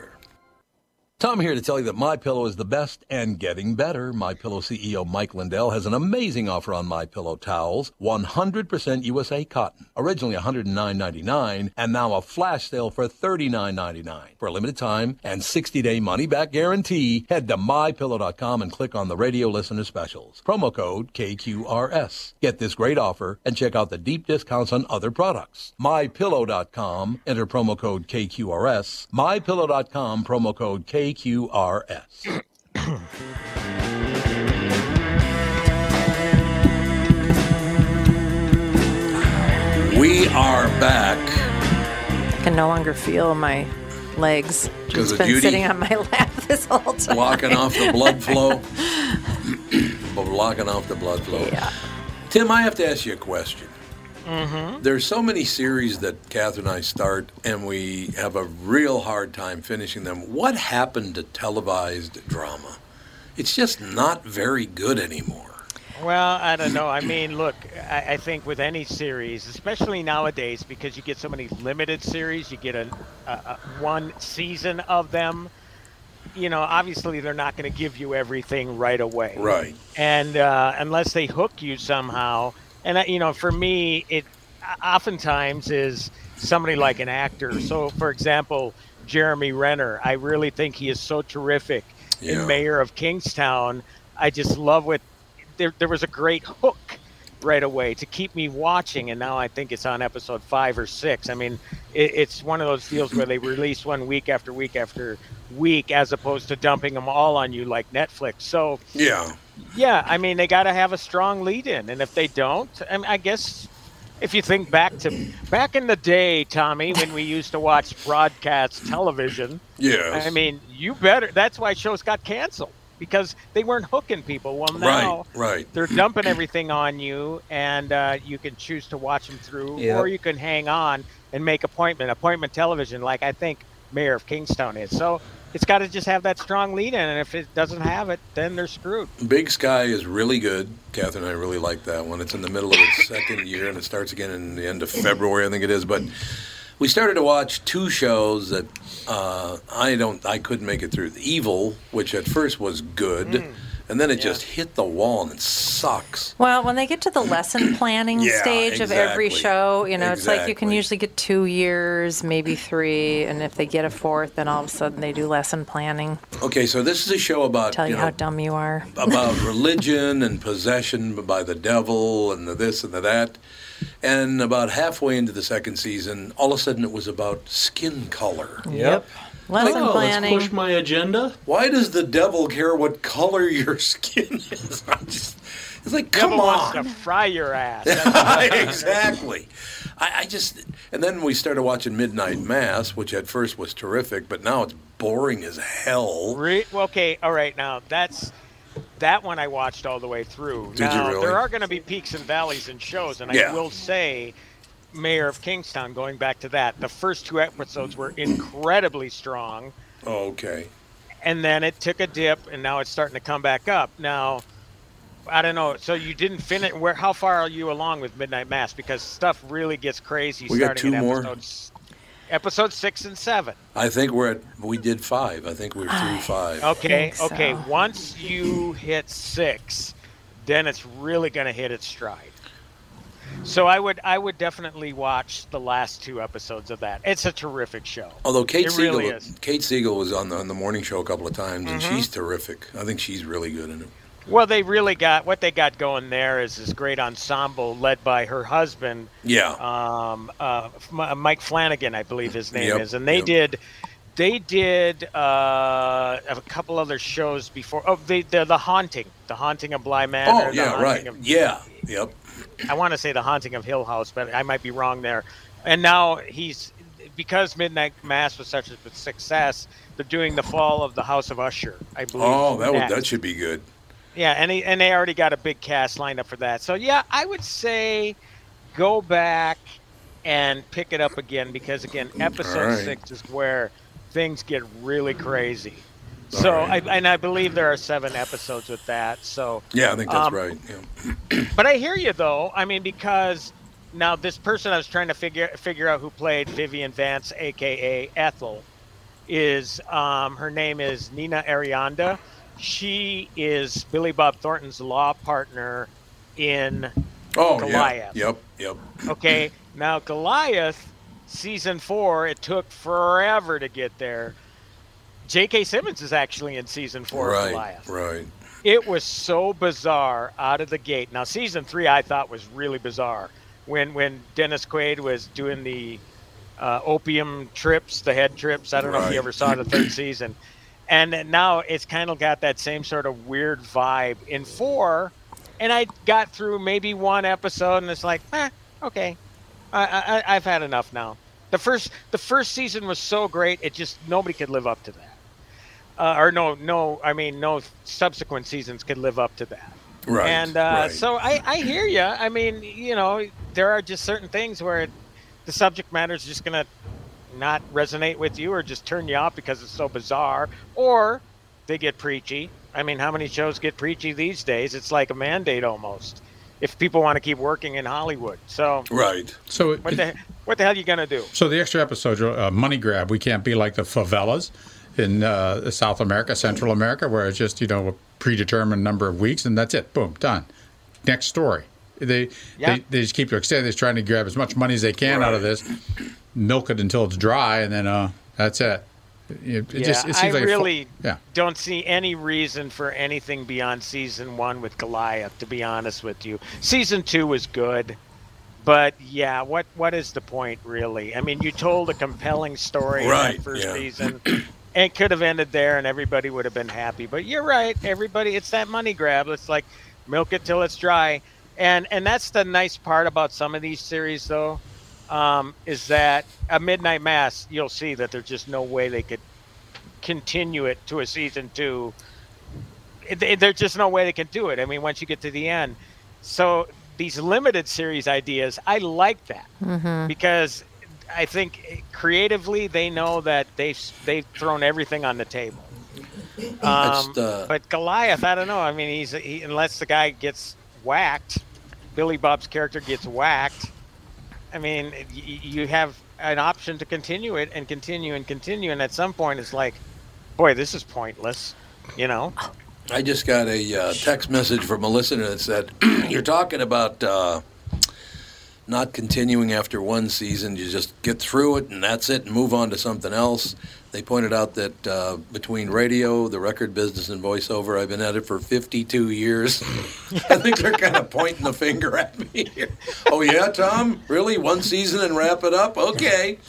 S2: Tom here to tell you that My Pillow is the best and getting better. My Pillow CEO Mike Lindell has an amazing offer on My Pillow towels, 100% USA cotton. Originally $109.99 and now a flash sale for $39.99. For a limited time and 60-day money back guarantee, head to mypillow.com and click on the radio listener specials. Promo code KQRS. Get this great offer and check out the deep discounts on other products. mypillow.com, enter promo code KQRS. mypillow.com promo code KQRS. We are back.
S5: I can no longer feel my legs. It's
S2: 'Cause of
S5: been
S2: duty?
S5: sitting on my lap this whole time.
S2: blocking off the blood flow. blocking off the blood flow. Yeah. Tim, I have to ask you a question.
S13: Mm-hmm.
S2: There's so many series that Catherine and I start, and we have a real hard time finishing them. What happened to televised drama? it's just not very good anymore.
S13: Well, I don't know. I mean, look, I, I think with any series, especially nowadays, because you get so many limited series, you get a, a, a one season of them. You know, obviously they're not going to give you everything right away.
S2: Right.
S13: And uh, unless they hook you somehow, and uh, you know, for me, it oftentimes is somebody like an actor. So, for example, Jeremy Renner, I really think he is so terrific
S2: Yeah.
S13: in Mayor of Kingstown. I just love what there, there was a great hook right away to keep me watching, and now I think it's on episode five or six. I mean, it, it's one of those deals where they release one week after week after week, as opposed to dumping them all on you like Netflix. So,
S2: Yeah.
S13: yeah, I mean, they got to have a strong lead in. And if they don't, I, mean, I guess if you think back to back in the day, Tommy, when we used to watch broadcast television,
S2: Yes.
S13: I mean, you better. That's why shows got canceled because they weren't hooking people. Well, now
S2: Right, right.
S13: they're dumping everything on you, and uh, you can choose to watch them through,
S2: Yep.
S13: or you can hang on and make appointment appointment television, like I think Mayor of Kingstown is. So it's got to just have that strong lead in, and if it doesn't have it, then they're screwed.
S2: Big Sky is really good. Catherine and I really like that one. It's in the middle of its second year, and it starts again in the end of February, I think it is. But we started to watch two shows that uh, I don't, I couldn't make it through. Evil, which at first was good, and then it just hit the wall, and it sucks.
S5: Well, when they get to the lesson planning
S2: Yeah,
S5: stage of every
S2: exactly.
S5: show, you know, it's like you can
S2: Exactly.
S5: usually get two years, maybe three, and if they get a fourth, then all of a sudden they do lesson planning,
S2: Okay, so this is a show about
S5: tell you,
S2: you
S5: how
S2: know,
S5: dumb you are.
S2: about religion and possession by the devil and the this and the that. And about halfway into the second season, all of a sudden it was about skin color.
S5: Yep. Lesson
S6: Oh,
S5: planning.
S6: Let's push my agenda.
S2: Why does the devil care what color your skin is? I'm just, it's like, come
S13: Devil
S2: on.
S13: wants to fry your ass.
S2: exactly. I, I just, and then we started watching Midnight Mass, which at first was terrific, but now it's boring as hell.
S13: Re- well, okay, all right. Now that's that one I watched all the way through.
S2: Did you
S13: now
S2: really?
S13: there are going to be peaks and valleys in shows, and
S2: Yeah.
S13: I will say, Mayor of Kingstown. Going back to that, the first two episodes were incredibly strong,
S2: Okay.
S13: and then it took a dip, and now it's starting to come back up. Now, I don't know. So you didn't finish. Where? How far are you along with Midnight Mass? Because stuff really gets crazy
S2: We got
S13: starting
S2: two
S13: at
S2: more.
S13: episodes, episode six and seven.
S2: I think we're at, we did five. I think we're through five.
S13: Okay, okay. Once you hit six, then it's really going to hit its stride. So I would, I would definitely watch the last two episodes of that. It's a terrific show.
S2: Although Kate
S13: it
S2: Siegel,
S13: really is. Mm-hmm.
S2: Kate Siegel was on the, on the morning show a couple of times, and she's terrific. I think she's really good in it.
S13: Well, they really got what they got going there is this great ensemble led by her husband.
S2: Yeah.
S13: Um, uh, F- M- Mike Flanagan, I believe his name
S2: Yep,
S13: is, and they
S2: yep.
S13: did, they did uh, a couple other shows before. Oh, they, the the haunting, the haunting of Bly Manor.
S2: oh
S13: The
S2: yeah,
S13: Haunting
S2: right.
S13: of-
S2: Yeah, yep.
S13: I want to say The Haunting of Hill House, but I might be wrong there. And now he's because Midnight Mass was such a success, they're doing the Fall of the House of Usher, I believe.
S2: Oh, that would,
S13: next.
S2: that should be good.
S13: Yeah, and he, and they already got a big cast lined up for that. So yeah, I would say go back and pick it up again because again, episode
S2: right.
S13: six is where things get really crazy. So
S2: All right.
S13: I and I believe there are seven episodes with that. So
S2: Yeah, I think that's
S13: um,
S2: right. Yeah.
S13: but I hear you though. I mean, because now this person I was trying to figure figure out who played Vivian Vance, aka Ethel, is um, her name is Nina Arianda. She is Billy Bob Thornton's law partner in
S2: Oh
S13: Goliath.
S2: yeah. Yep. Yep.
S13: Okay, now Goliath season four. It took forever to get there. J.K. Simmons is actually in season four of
S2: right.
S13: Goliath.
S2: Right.
S13: It was so bizarre out of the gate. Now season three, I thought was really bizarre when when Dennis Quaid was doing the uh, opium trips, the head trips. I don't know if
S2: Right.
S13: you ever saw the third season, and then now it's kind of got that same sort of weird vibe in four. And I got through maybe one episode, and it's like, eh, okay, I, I I've had enough now. The first the first season was so great, it just nobody could live up to that uh, or no, no, I mean, no subsequent seasons could live up to that.
S2: Right,
S13: And uh,
S2: right.
S13: so I, I hear you. I mean, you know, there are just certain things where it, the subject matter is just going to not resonate with you or just turn you off because it's so bizarre, or they get preachy I mean, how many shows get preachy these days? It's like a mandate almost. If people want to keep working in Hollywood, so
S2: right.
S3: So
S13: what the what the hell are you gonna do?
S3: So the extra episode, uh, money grab. We can't be like the favelas in uh, South America, Central America, where it's just you know a predetermined number of weeks and that's it. Boom, done. Next story. They
S13: Yeah.
S3: they, they just keep extending. They're trying to grab as much money as they can out of this, milk it until it's dry, and then uh, that's it. It, it just it
S13: I
S3: seems like a fu-
S13: really
S3: yeah.
S13: don't see any reason for anything beyond season one with Goliath. To be honest with you, season two was good, but yeah, what what is the point really? I mean, you told a compelling story in
S2: Right,
S13: that first
S2: yeah.
S13: season. It could have ended there, and everybody would have been happy. But you're right, everybody. It's that money grab. It's like milk it till it's dry, and and that's the nice part about some of these series, though. Um, is that a midnight mass? You'll see that there's just no way they could continue it to a season two. It- it- There's just no way they can do it. I mean, once you get to the end, so these limited series ideas, I like that
S5: Mhm.
S13: because I think creatively they know that they've they've thrown everything on the table.
S2: That's
S13: Um,
S2: the-
S13: But Goliath, I don't know. I mean, he's he, unless the guy gets whacked, Billy Bob's character gets whacked. I mean, y- y- you have an option to continue it and continue and continue, and at some point it's like, boy, this is pointless. You know,
S2: I just got a uh, text message from a listener that said, "You're talking about uh, not continuing after one season. You just get through it, and that's it, and move on to something else." They pointed out that uh, between radio, the record business, and voiceover, I've been at it for 52 years. I think they're kind of pointing the finger at me here. Oh yeah, Tom, really? One season and wrap it up? Okay.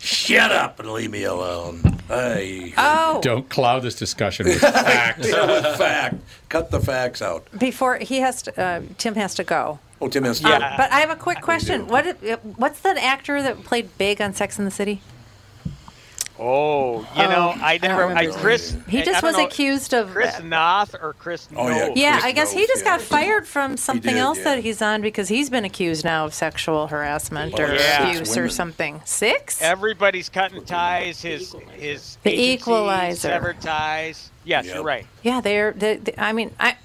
S2: Shut up and leave me alone. I
S5: Oh.
S3: Don't cloud this discussion with fact.
S2: Yeah, with fact. Cut the facts out.
S5: Before he has to, uh, Tim has to go.
S2: Oh, Tim has
S5: Uh, but I have a quick question. What did- uh, what's the actor that played Big on Sex in the City?
S13: oh, you know,
S5: Oh,
S13: I
S5: I don't
S13: never, I,
S5: remember.
S13: Chris,
S5: He
S13: I-
S5: just
S13: I don't
S5: was
S13: know,
S5: accused of.
S13: Chris Noth or Chris.
S2: Oh, yeah,
S13: Noth.
S5: yeah, I guess he just got fired from something
S13: did,
S5: else
S13: yeah.
S5: that he's on because he's been accused now of sexual harassment
S13: Oh,
S5: or
S13: yeah.
S5: abuse or
S13: Women.
S5: something. Six?
S13: Everybody's cutting ties. His his
S5: The
S13: agency
S5: Equalizer.
S13: severed ties. Yes, you're right.
S5: Yeah, they're. The, the, I mean, I.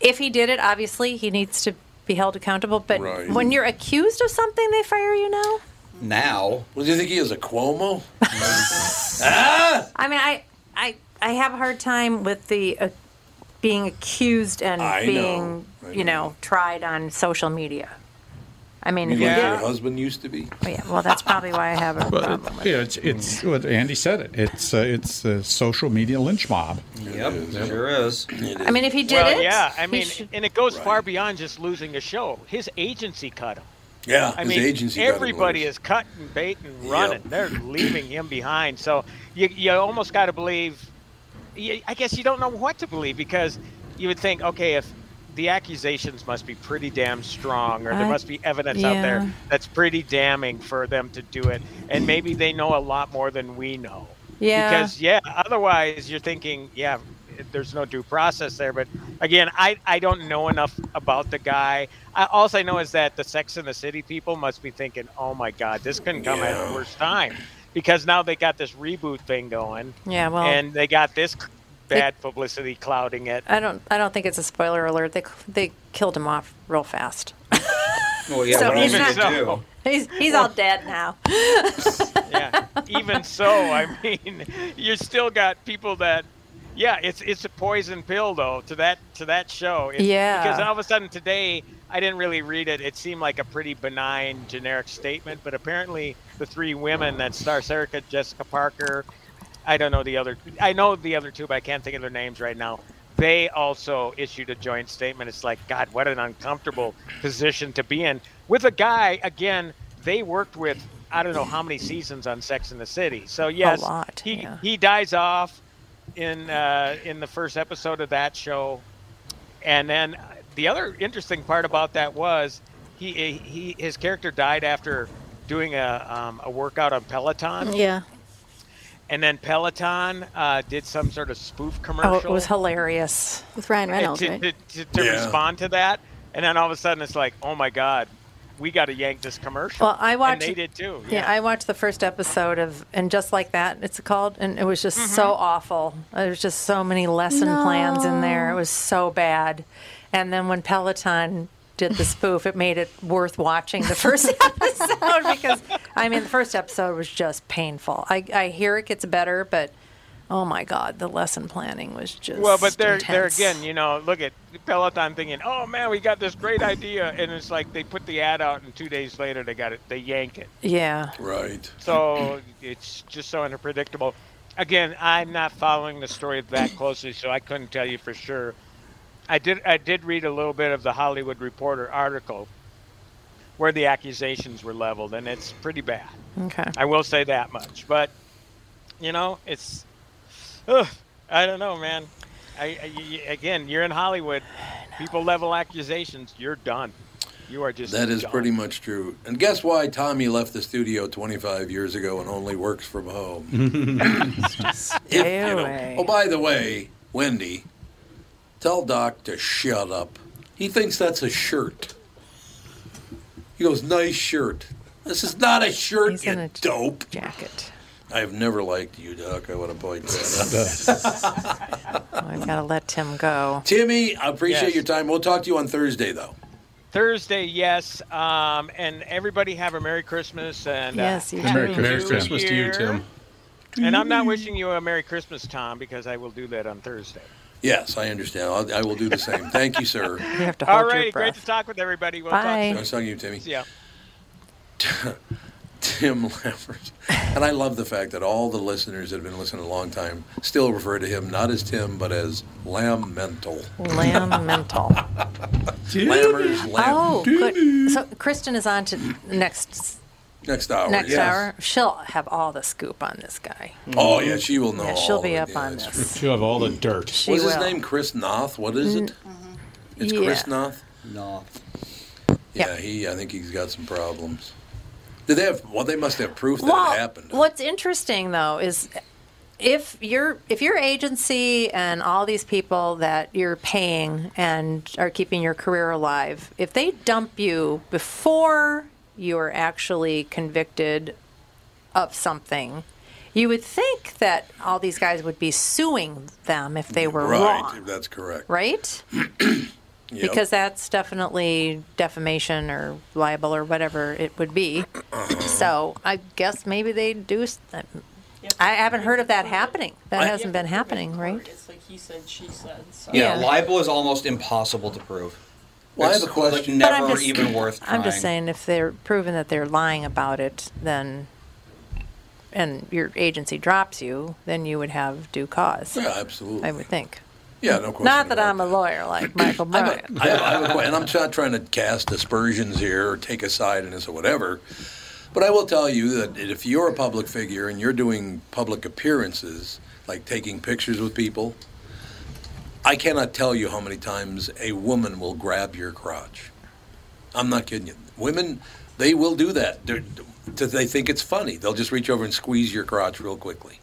S5: If he did it, obviously he needs to be held accountable. But
S2: Right.
S5: when you're accused of something, they fire you now.
S2: Now? Well, do you think he is a Cuomo? ah!
S5: I mean, I, I, I have a hard time with the uh, being accused and
S2: I know.
S5: being,
S2: I
S5: you know, tried on social media. I mean,
S2: You
S5: if you
S2: like
S5: did-
S2: your husband used to be?
S5: yeah, well, that's probably why I have a
S3: But
S5: problem.
S3: it, yeah, it's, it's what Andy said. It. It's uh, it's the social media lynch mob.
S7: Yep, sure is.
S5: I mean, if he did
S13: well,
S5: it,
S13: yeah. I
S5: he
S13: mean,
S5: should-
S13: and it goes far beyond just losing a show. His agency cut him.
S2: Yeah,
S13: I
S2: his
S13: mean,
S2: agency got him
S13: everybody
S2: loose.
S13: is cutting, baiting, running. They're leaving him behind. So you, you almost got to believe. You, I guess you don't know what to believe because you would think, okay, if the accusations must be pretty damn strong, or there
S5: I-
S13: must be evidence out
S5: yeah.
S13: there that's pretty damning for them to do it, and maybe they know a lot more than we know.
S5: Yeah.
S13: Because yeah, otherwise you're thinking, yeah, there's no due process there. But again, I, I don't know enough about the guy. I, all I know is that the Sex and the City people must be thinking, oh my God, this couldn't come at the worst time, because now they got this reboot thing going.
S5: Yeah, well-
S13: and they got this c-
S5: They-
S13: bad publicity clouding it.
S5: I don't. I don't think it's a spoiler alert. They they killed him off real fast.
S7: Well, yeah,
S5: So
S7: what else
S5: even
S7: did they
S13: so-
S7: do?
S5: He's he's all dead now.
S13: yeah. Even so, I mean, you still got people that, yeah, it's it's a poison pill though to that to that show. It's-
S5: Yeah.
S13: Because all of a sudden today, I didn't really read it. It seemed like a pretty benign, generic statement, but apparently the three women that star Erica, Jessica Parker, I don't know the other. I know the other two, but I can't think of their names right now. They also issued a joint statement. It's like, God, what an uncomfortable position to be in with a guy. Again, they worked with I don't know how many seasons on Sex in the City. So yes,
S5: lot,
S13: he
S5: yeah.
S13: he dies off in uh, in the first episode of that show, and then uh, the other interesting part about that was he he his character died after doing a um, a workout on Peloton.
S5: Yeah.
S13: And then Peloton uh, did some sort of spoof commercial
S5: Oh, it was hilarious with Ryan
S13: uh, to, to, to, to
S2: Yeah.
S13: respond to that. And then all of a sudden, it's like, oh my God, we got to yank this commercial.
S5: Well, I watched.
S13: And they did too.
S5: Yeah. I watched the first episode of, and just like that, it's called, and it was just
S13: Mm-hmm.
S5: so awful. There was just so many lesson plans in there. It was so bad. And then when Peloton did the spoof, it made it worth watching the first episode because I mean the first episode was just painful. I, I hear it gets better, but oh my god, the lesson planning was just
S13: Well, but they're, they're
S5: intense.
S13: again, you know, look at Peloton thinking, oh man, we got this great idea. And it's like they put the ad out, and two days later, they got it, they yank it.
S5: Yeah.
S2: Right.
S13: So it's just so unpredictable. Again, I'm not following the story that closely, so I couldn't tell you for sure. I did I did read a little bit of the Hollywood Reporter article where the accusations were leveled, and it's pretty bad.
S5: Okay.
S13: I will say that much, but you know, it's ugh, I don't know, man. I, I- y- again, you're in Hollywood. People level accusations, you're done. You are just
S2: That is
S13: done.
S2: pretty much true. And guess why Tommy left the studio 25 years ago and only works from home?
S3: Mm-hmm.
S2: If, you know- Oh, by the way, Wendy, tell Doc to shut up. He thinks that's a shirt. He goes, nice shirt. This is not a shirt, you dope.
S5: Jacket.
S2: I've never liked you, Doc. I want to point that out.
S5: I've got to let Tim go.
S2: Timmy, I appreciate
S13: Yes.
S2: your time. We'll talk to you on Thursday, though.
S13: Thursday, yes. Um, and everybody have a Merry Christmas and uh,
S5: Yes, you
S13: Happy
S6: Merry
S13: New
S6: Christmas. Christmas to you,
S13: Year.
S6: Tim.
S13: And I'm not wishing you a Merry Christmas, Tom, because I will do that on Thursday.
S2: Yes, I understand. I'll, I will do the same. Thank you, sir. You
S5: have
S13: All righty, great to talk with everybody. We'll
S5: Bye.
S2: I
S13: talk
S2: was
S13: soon.
S2: talking to you, Timmy.
S13: Yeah.
S2: Tim Lambert. And I love the fact that all the listeners that have been listening a long time still refer to him not as Tim, but as Lamental.
S5: Lamental.
S2: Lammers, Lam.
S5: Oh, good. So Kristen is on to next
S2: Next hour.
S5: next
S2: yes.
S5: hour. She'll have all the scoop on this guy.
S2: Oh, yeah, she will know.
S5: Yeah,
S2: all
S5: she'll be
S2: of it.
S5: up on this.
S6: You have all the dirt.
S5: She
S2: What's his
S5: will.
S2: name? Chris Noth. What is it? It's
S5: yeah.
S2: Chris Noth. Noth. Yeah, he. I think he's got some problems. Did they have? Well, they must have proof that
S5: Well,
S2: it happened.
S5: what's interesting though is if your if your agency and all these people that you're paying and are keeping your career alive, if they dump you before you're actually convicted of something, you would think that all these guys would be suing them if they were
S2: right.
S5: wrong,
S2: If that's correct.
S5: right?
S2: Yep.
S5: Because that's definitely defamation or libel or whatever it would be.
S2: Uh-huh.
S5: So I guess maybe they do. s- I haven't heard of that happening. That hasn't been happening, right?
S12: It's like he said, she said. So.
S7: Yeah, libel is almost impossible to prove.
S2: Well, I
S7: It's,
S2: have a question.
S7: Like,
S5: But
S7: never
S5: I'm just,
S7: even worth trying.
S5: I'm just saying, if they're proven that they're lying about it, then and your agency drops you, then you would have due cause.
S2: Yeah, absolutely.
S5: I would think.
S2: Yeah, no question.
S5: Not that I'm a lawyer like Michael Bryant.
S2: I have, I have a question, and I'm not trying to cast aspersions here or take a side in this or whatever, but I will tell you that if you're a public figure and you're doing public appearances, like taking pictures with people, I cannot tell you how many times a woman will grab your crotch. I'm not kidding you. Women, they will do that. They're, they think it's funny. They'll just reach over and squeeze your crotch real quickly.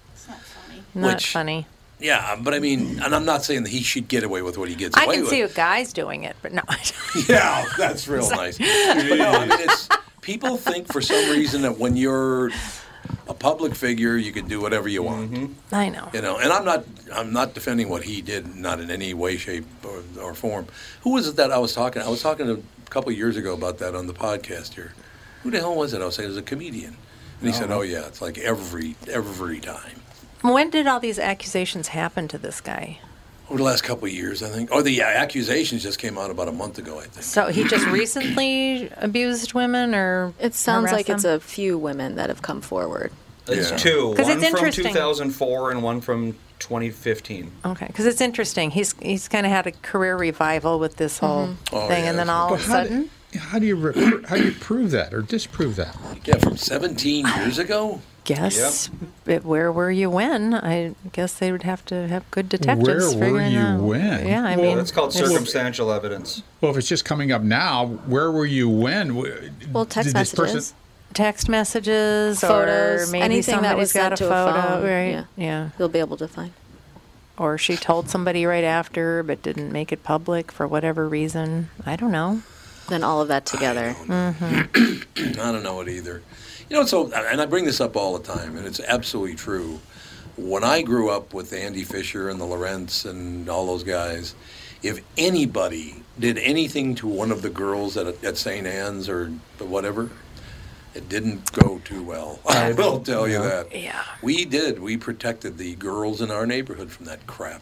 S5: Not
S2: Which-
S5: funny.
S2: Yeah, but I mean, and I'm not saying that he should get away with what he gets
S5: I
S2: away
S5: can
S2: with.
S5: see a guy's doing it, but no.
S2: Yeah, that's real nice. But no, I mean, it's, people think for some reason that when you're a public figure, you can do whatever you want.
S5: I know.
S2: You know, and I'm not I'm not defending what he did, not in any way, shape, or, or form. Who was it that I was talking? I was talking a couple of years ago about that on the podcast here. Who the hell was it? I was saying it was a comedian, and he said, "Oh yeah, it's like every every time."
S5: When did all these accusations happen to this guy?
S2: Over the last couple of years, I think, or the yeah, accusations just came out about a month ago, I think.
S5: So he just recently abused women, or
S14: It sounds like it's a few women that have come forward.
S7: It's
S14: Yeah.
S7: two.
S5: 'Cause
S7: One
S5: it's
S7: from
S5: interesting.
S7: 2004 and one from 2015.
S5: okay because it's interesting. He's he's kind of had a career revival with this whole
S14: Mm-hmm.
S2: Oh,
S5: thing,
S2: yeah,
S5: and then
S2: that's
S5: all
S2: what-
S5: of a
S2: But how did-
S5: sudden,
S3: How do you recruit, how do you prove that or disprove that?
S2: Yeah, from 17 years ago.
S5: guess it- where were you when? I guess they would have to have good detectives.
S3: Where were
S5: figuring
S3: you
S5: out.
S3: when?
S5: Yeah, I
S3: Well,
S5: mean,
S3: that's called
S5: it's-
S7: Circumstantial evidence.
S3: Well, if it's just coming up now, where were you when? W-
S14: Well, text
S3: did this person-
S14: messages.
S5: Text messages,
S14: Photos,
S5: or maybe
S14: anything that
S5: somebody's
S14: was
S5: got
S14: sent to a
S5: photo,
S14: phone,
S5: right?
S14: yeah.
S5: yeah,
S14: You'll be able to find.
S5: or she told somebody right after but didn't make it public for whatever reason. I don't know. Mm-hmm.
S14: Then all of that together.
S2: I don't know it either. You know, so and I bring this up all the time, and it's absolutely true. When I grew up with Andy Fisher and the Lorentz and all those guys, if anybody did anything to one of the girls at, at St. Anne's or whatever, it didn't go too well. I will tell you that.
S5: Yeah.
S2: We did. We protected the girls in our neighborhood from that crap.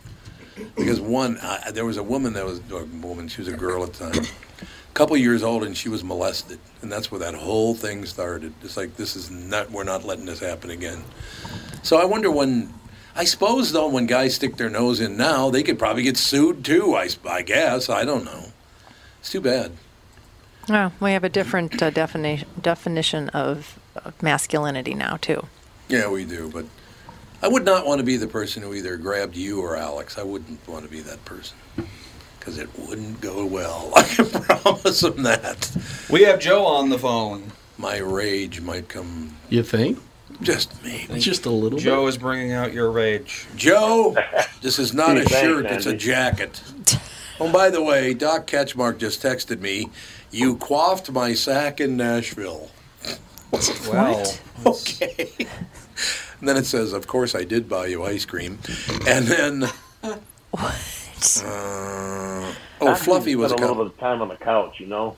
S2: Because one, I, there was a woman that was a woman. She was a girl at the time, a couple years old, and she was molested, and that's where that whole thing started. It's like this is not. We're not letting this happen again. So I wonder when. I suppose though, when guys stick their nose in now, they could probably get sued too. I, s- I guess. I don't know. It's too bad.
S5: Oh, we have a different uh, definition definition of uh, masculinity now too.
S2: Yeah, we do, but I would not want to be the person who either grabbed you or Alex. I wouldn't want to be that person because it wouldn't go well. I can promise him that.
S7: We have Joe on the phone.
S2: My rage might come
S6: You think?
S2: just me.
S6: Just a little
S7: Joe
S6: bit.
S7: is bringing out your rage.
S2: Joe, this is not a
S7: Thanks,
S2: shirt, it's a
S7: Andy.
S2: jacket. Oh, by the way, Doc Ketchmark just texted me, you quaffed my sack in Nashville.
S7: Wow.
S2: Okay. And then it says, of course I did buy you ice cream. And then. Uh, oh,
S16: I
S2: Fluffy
S16: can
S2: was
S16: spend a little
S2: coming.
S16: bit of time on the couch, you know.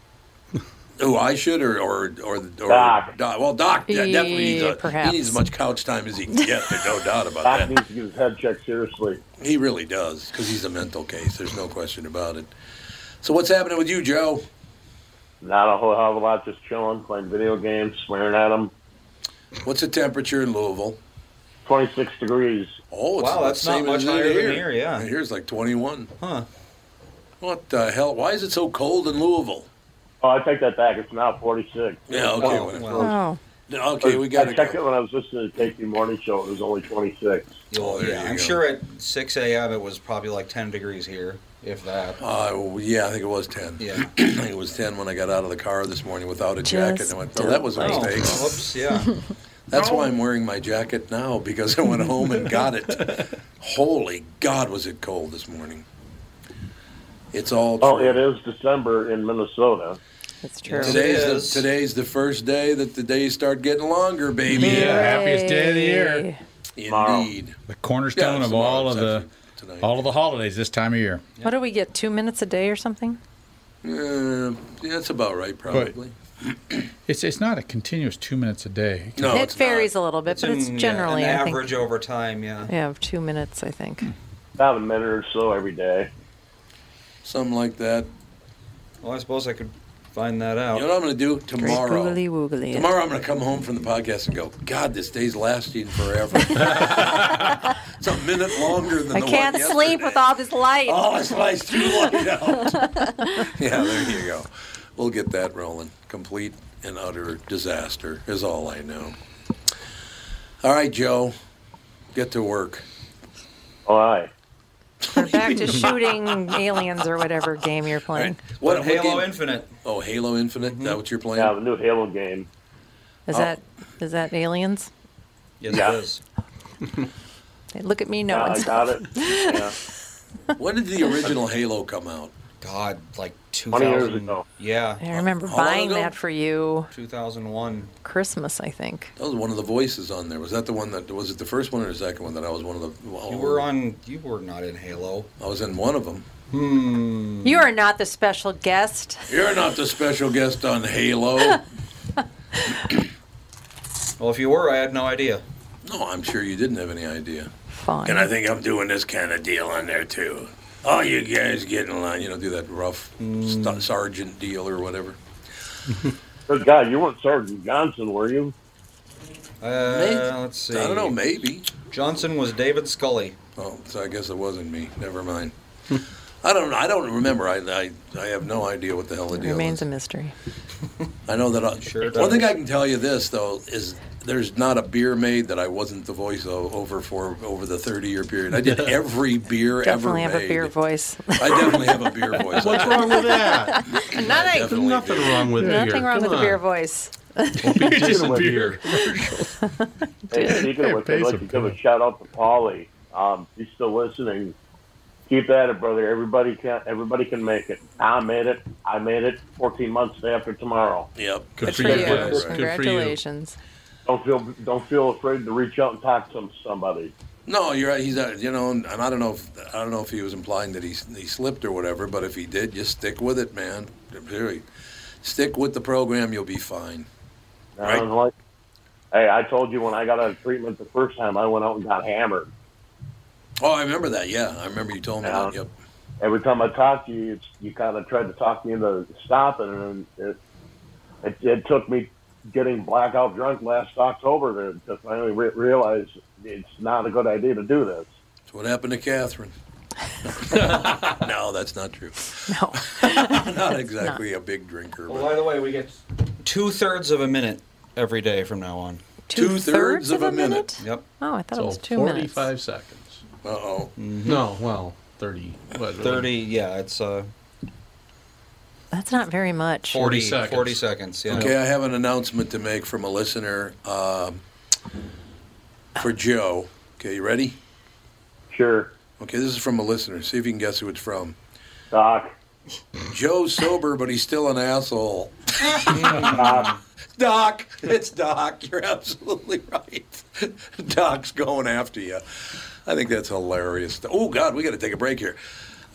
S2: Oh, I should or or or, or
S16: Doc.
S2: Well, Doc yeah, definitely needs,
S16: Yeah,
S2: a,
S16: perhaps.
S2: he needs as much couch time as he can get. There's no doubt about
S16: Doc
S2: that.
S16: needs to get his head checked seriously.
S2: He really does because he's a mental case. There's no question about it. So what's happening with you, Joe?
S16: Not a whole hell of a lot, just chilling, playing video games, swearing at him.
S2: What's the temperature in Louisville?
S16: 26 degrees.
S2: Oh, it's
S7: Wow,
S2: the
S7: that's
S2: same
S7: not
S2: as
S7: much
S2: it
S7: higher
S2: is
S7: than here,
S2: here.
S7: yeah.
S2: here's like 21.
S7: Huh.
S2: What the hell? Why is it so cold in Louisville?
S16: Oh, I take that back. It's now 46.
S2: Yeah, okay,
S16: Oh,
S2: whatever.
S16: wow.
S2: Okay, we got
S16: I
S2: to
S16: checked
S2: go.
S16: it when I was listening to the KQ Morning Show. It was only 26.
S2: Oh, there
S7: yeah,
S2: you
S7: I'm
S2: go.
S7: sure at 6 a.m. it was probably like 10 degrees here, if that.
S2: Uh, well, yeah, I think it was 10.
S7: Yeah.
S2: I think it was 10 when I got out of the car this morning without a jacket. And I went, oh,
S7: Just
S2: that was a
S7: don't
S2: mistake.
S7: like- Whoops, yeah.
S2: That's why I'm wearing my jacket now because I went home and got it. Holy God, was it cold this morning. It's all true.
S16: Oh, it is December in Minnesota.
S5: That's
S16: true.
S2: Today's the, today's the first day that the days start getting longer, baby.
S3: Yeah, happiest day of the year.
S2: Indeed.
S3: The cornerstone
S2: Yeah,
S3: of
S2: tomorrow,
S3: all of the all of the holidays this time of year.
S5: What do we get? Two minutes a day or something?
S2: Uh, yeah, that's about right, probably.
S3: It's it's not a continuous two minutes a day.
S5: it varies a little bit, but it's generally I think
S7: over time, yeah.
S5: yeah, of two minutes I think.
S16: About a minute or so every day.
S2: Something like that.
S7: Well, I suppose I could find that out.
S2: You know what I'm going to do tomorrow?
S5: Googly woogly.
S2: Tomorrow I'm going to come home from the podcast and go, God, this day's lasting forever. it's a minute longer than
S4: I
S2: the
S4: can't
S2: one Oh, yesterday.
S4: sleep with all this light.
S2: All this light's too light out. yeah, there you go. We'll get that rolling. Complete and utter disaster is all I know. All right, Joe, get to work.
S16: All right.
S5: We're back to shooting aliens or whatever game you're playing.
S2: What,
S7: Halo
S2: Infinite. Oh, Halo Infinite. Is that
S5: Mm-hmm.
S2: what you're playing?
S16: Yeah, the new Halo game.
S5: Is
S2: Oh.
S5: that is that aliens?
S7: Yes,
S16: Yeah.
S7: it is.
S5: Hey, Look at me, no
S16: Yeah, I
S5: one's
S16: got it. Yeah.
S2: When did the original Halo come out?
S7: God, like
S16: 20 years ago.
S7: Yeah.
S5: I remember
S2: How long
S5: buying
S2: ago?
S5: that for you
S7: 2001.
S5: Christmas, I think.
S2: That was one of the voices on there. Was that the one that was it the first one or the second one that I was one of the? well,
S7: You were on. You were not in Halo.
S2: I was in one of them.
S7: Hmm.
S5: You are not the special guest.
S2: You're not the special guest on Halo.
S7: Well, if you were, I had no idea.
S2: No, I'm sure you didn't have any idea.
S5: Fine.
S2: And I think I'm doing this kind of deal on there too. Oh, you guys get in line. You know, do that rough
S7: Mm.
S2: st- sergeant deal or whatever.
S16: Good God, you weren't Sergeant Johnson, were you?
S7: Uh,
S2: Maybe.
S7: let's see.
S2: I don't know. Maybe
S7: Johnson was David Scully.
S2: Oh, so I guess it wasn't me. Never mind. I don't. I don't remember. I. I, I have no idea what the hell the
S5: It
S2: deal
S5: remains a mystery.
S2: I know that. I, one
S7: does.
S2: thing I can tell you this though is there's not a beer made that I wasn't the voice o- over for over the 30 year period. I did every beer
S5: Definitely
S2: ever
S5: have a
S2: made.
S5: beer voice.
S2: I definitely have a beer voice.
S6: What's wrong with that?
S5: Nothing.
S2: Definitely
S6: Nothing
S2: do.
S6: wrong with
S5: Nothing
S6: beer.
S5: wrong
S6: Come
S5: with a
S6: on.
S5: beer voice.
S6: Just a
S16: with
S6: beer.
S16: Hey, speaking of which, I'd like to give a shout out to Polly. Um, he's still listening. keep at it, brother. Everybody can. Everybody can make it. I made it. I made it. 14 months after tomorrow.
S2: Yep.
S5: Good for you guys. Congratulations.
S16: Don't feel don't feel afraid to reach out and talk to somebody.
S2: No, you're right. He's not, you know, and I don't know if I don't know if he was implying that he he slipped or whatever, but if he did, just stick with it, man. Period. Stick with the program, you'll be fine.
S16: And I was like, hey, I told you when I got out of treatment the first time, I went out and got hammered.
S2: Oh, I remember that. Yeah, I remember you told me that. Yep.
S16: Every time I talked to you, it's, you kind of tried to talk me into stopping, and it, it, it took me getting blackout drunk last October to, to finally re- realize it's not a good idea to do this.
S2: That's what happened to Catherine. no, that's not true.
S5: No,
S2: not exactly a big drinker.
S7: Well, by the way, we get two thirds of a minute every day from now on.
S2: Two-thirds Two-thirds of of a a minute?
S7: Yep.
S5: Oh, I thought it
S7: So
S5: was two
S7: 40
S5: minutes.
S6: Five seconds.
S2: Uh oh.
S6: No, well, 30. What,
S7: 30, Mm-hmm. yeah, it's uh,
S5: That's not very much.
S7: 40 seconds. 40 seconds, yeah.
S2: Okay, I have an announcement to make from a listener um, for Joe. Okay, you ready?
S16: Sure.
S2: Okay, this is from a listener. See if you can guess who it's from.
S16: Doc.
S2: Joe's sober, but he's still an asshole.
S16: Doc.
S2: Doc, it's Doc. You're absolutely right. Doc's going after you. I think that's hilarious. Oh, God, we got to take a break here.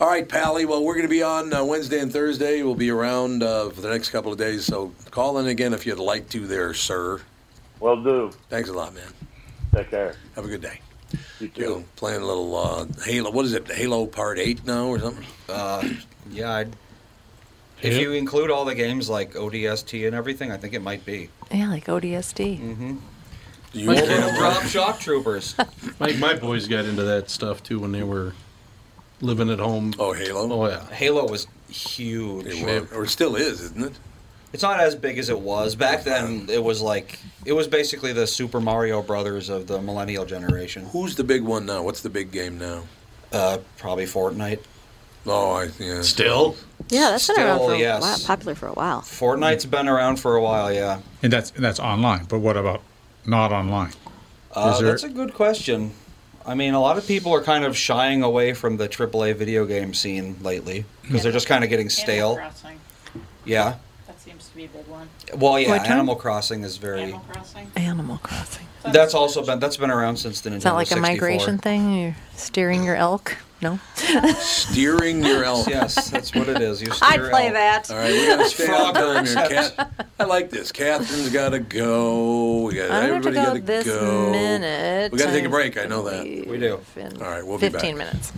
S2: All right, Pally. Well, we're going to be on uh, Wednesday and Thursday. We'll be around uh, for the next couple of days. So call in again if you'd like to, there, sir.
S16: Will do.
S2: Thanks a lot, man.
S16: Take care.
S2: Have a good day. You too. playing a little uh, Halo. What is it? Halo Part 8 now or something?
S7: Uh, yeah, I'd, if you include all the games like ODST and everything, I think it might be.
S5: Yeah, like ODSD. Mm-hmm.
S6: You
S7: Mobile Drop Shock Troopers.
S6: My, my boys got into that stuff too when they were living at home.
S2: Oh, Halo?
S6: Oh, yeah.
S7: Halo was huge.
S2: It was, or still is, isn't it?
S7: It's not as big as it was back then. It was like it was basically the Super Mario Brothers of the millennial generation.
S2: Who's the big one now? What's the big game now?
S7: Uh, probably Fortnite.
S2: Oh, I yeah.
S6: Still?
S14: Yeah, that's been around
S7: Still,
S14: for
S7: yes.
S14: a while, popular for a while.
S7: Fortnite's been around for a while, yeah.
S3: And that's and that's online. But what about not online?
S7: Uh,
S3: Is there-
S7: that's a good question. I mean, a lot of people are kind of shying away from the AAA video game scene lately because they're just kind of getting
S12: Animal
S7: stale.
S12: Crossing.
S7: Yeah.
S12: That seems to be a big one.
S7: Well, yeah.
S5: Which one?
S7: Animal Crossing is very.
S12: Animal Crossing.
S5: Animal Crossing.
S7: That's also been that's been around since the Nintendo
S5: It's not like a
S7: 64.
S5: migration thing. You're steering your elk. No.
S2: Steering your elk.
S7: Yes, that's what it is. You
S5: I'd
S7: steer
S5: play
S7: elk.
S5: that.
S2: All right, we got to stay on
S7: Frog
S2: time here.
S7: concept.
S2: Cat, I like this. Catherine's got to go. We
S5: I'm
S2: got
S5: gonna have to
S2: everybody
S5: go
S2: got to
S5: this
S2: go.
S5: minute.
S2: We got to take a
S5: I
S2: break. I know that.
S7: We do.
S2: All right, we'll be back.
S5: Fifteen minutes.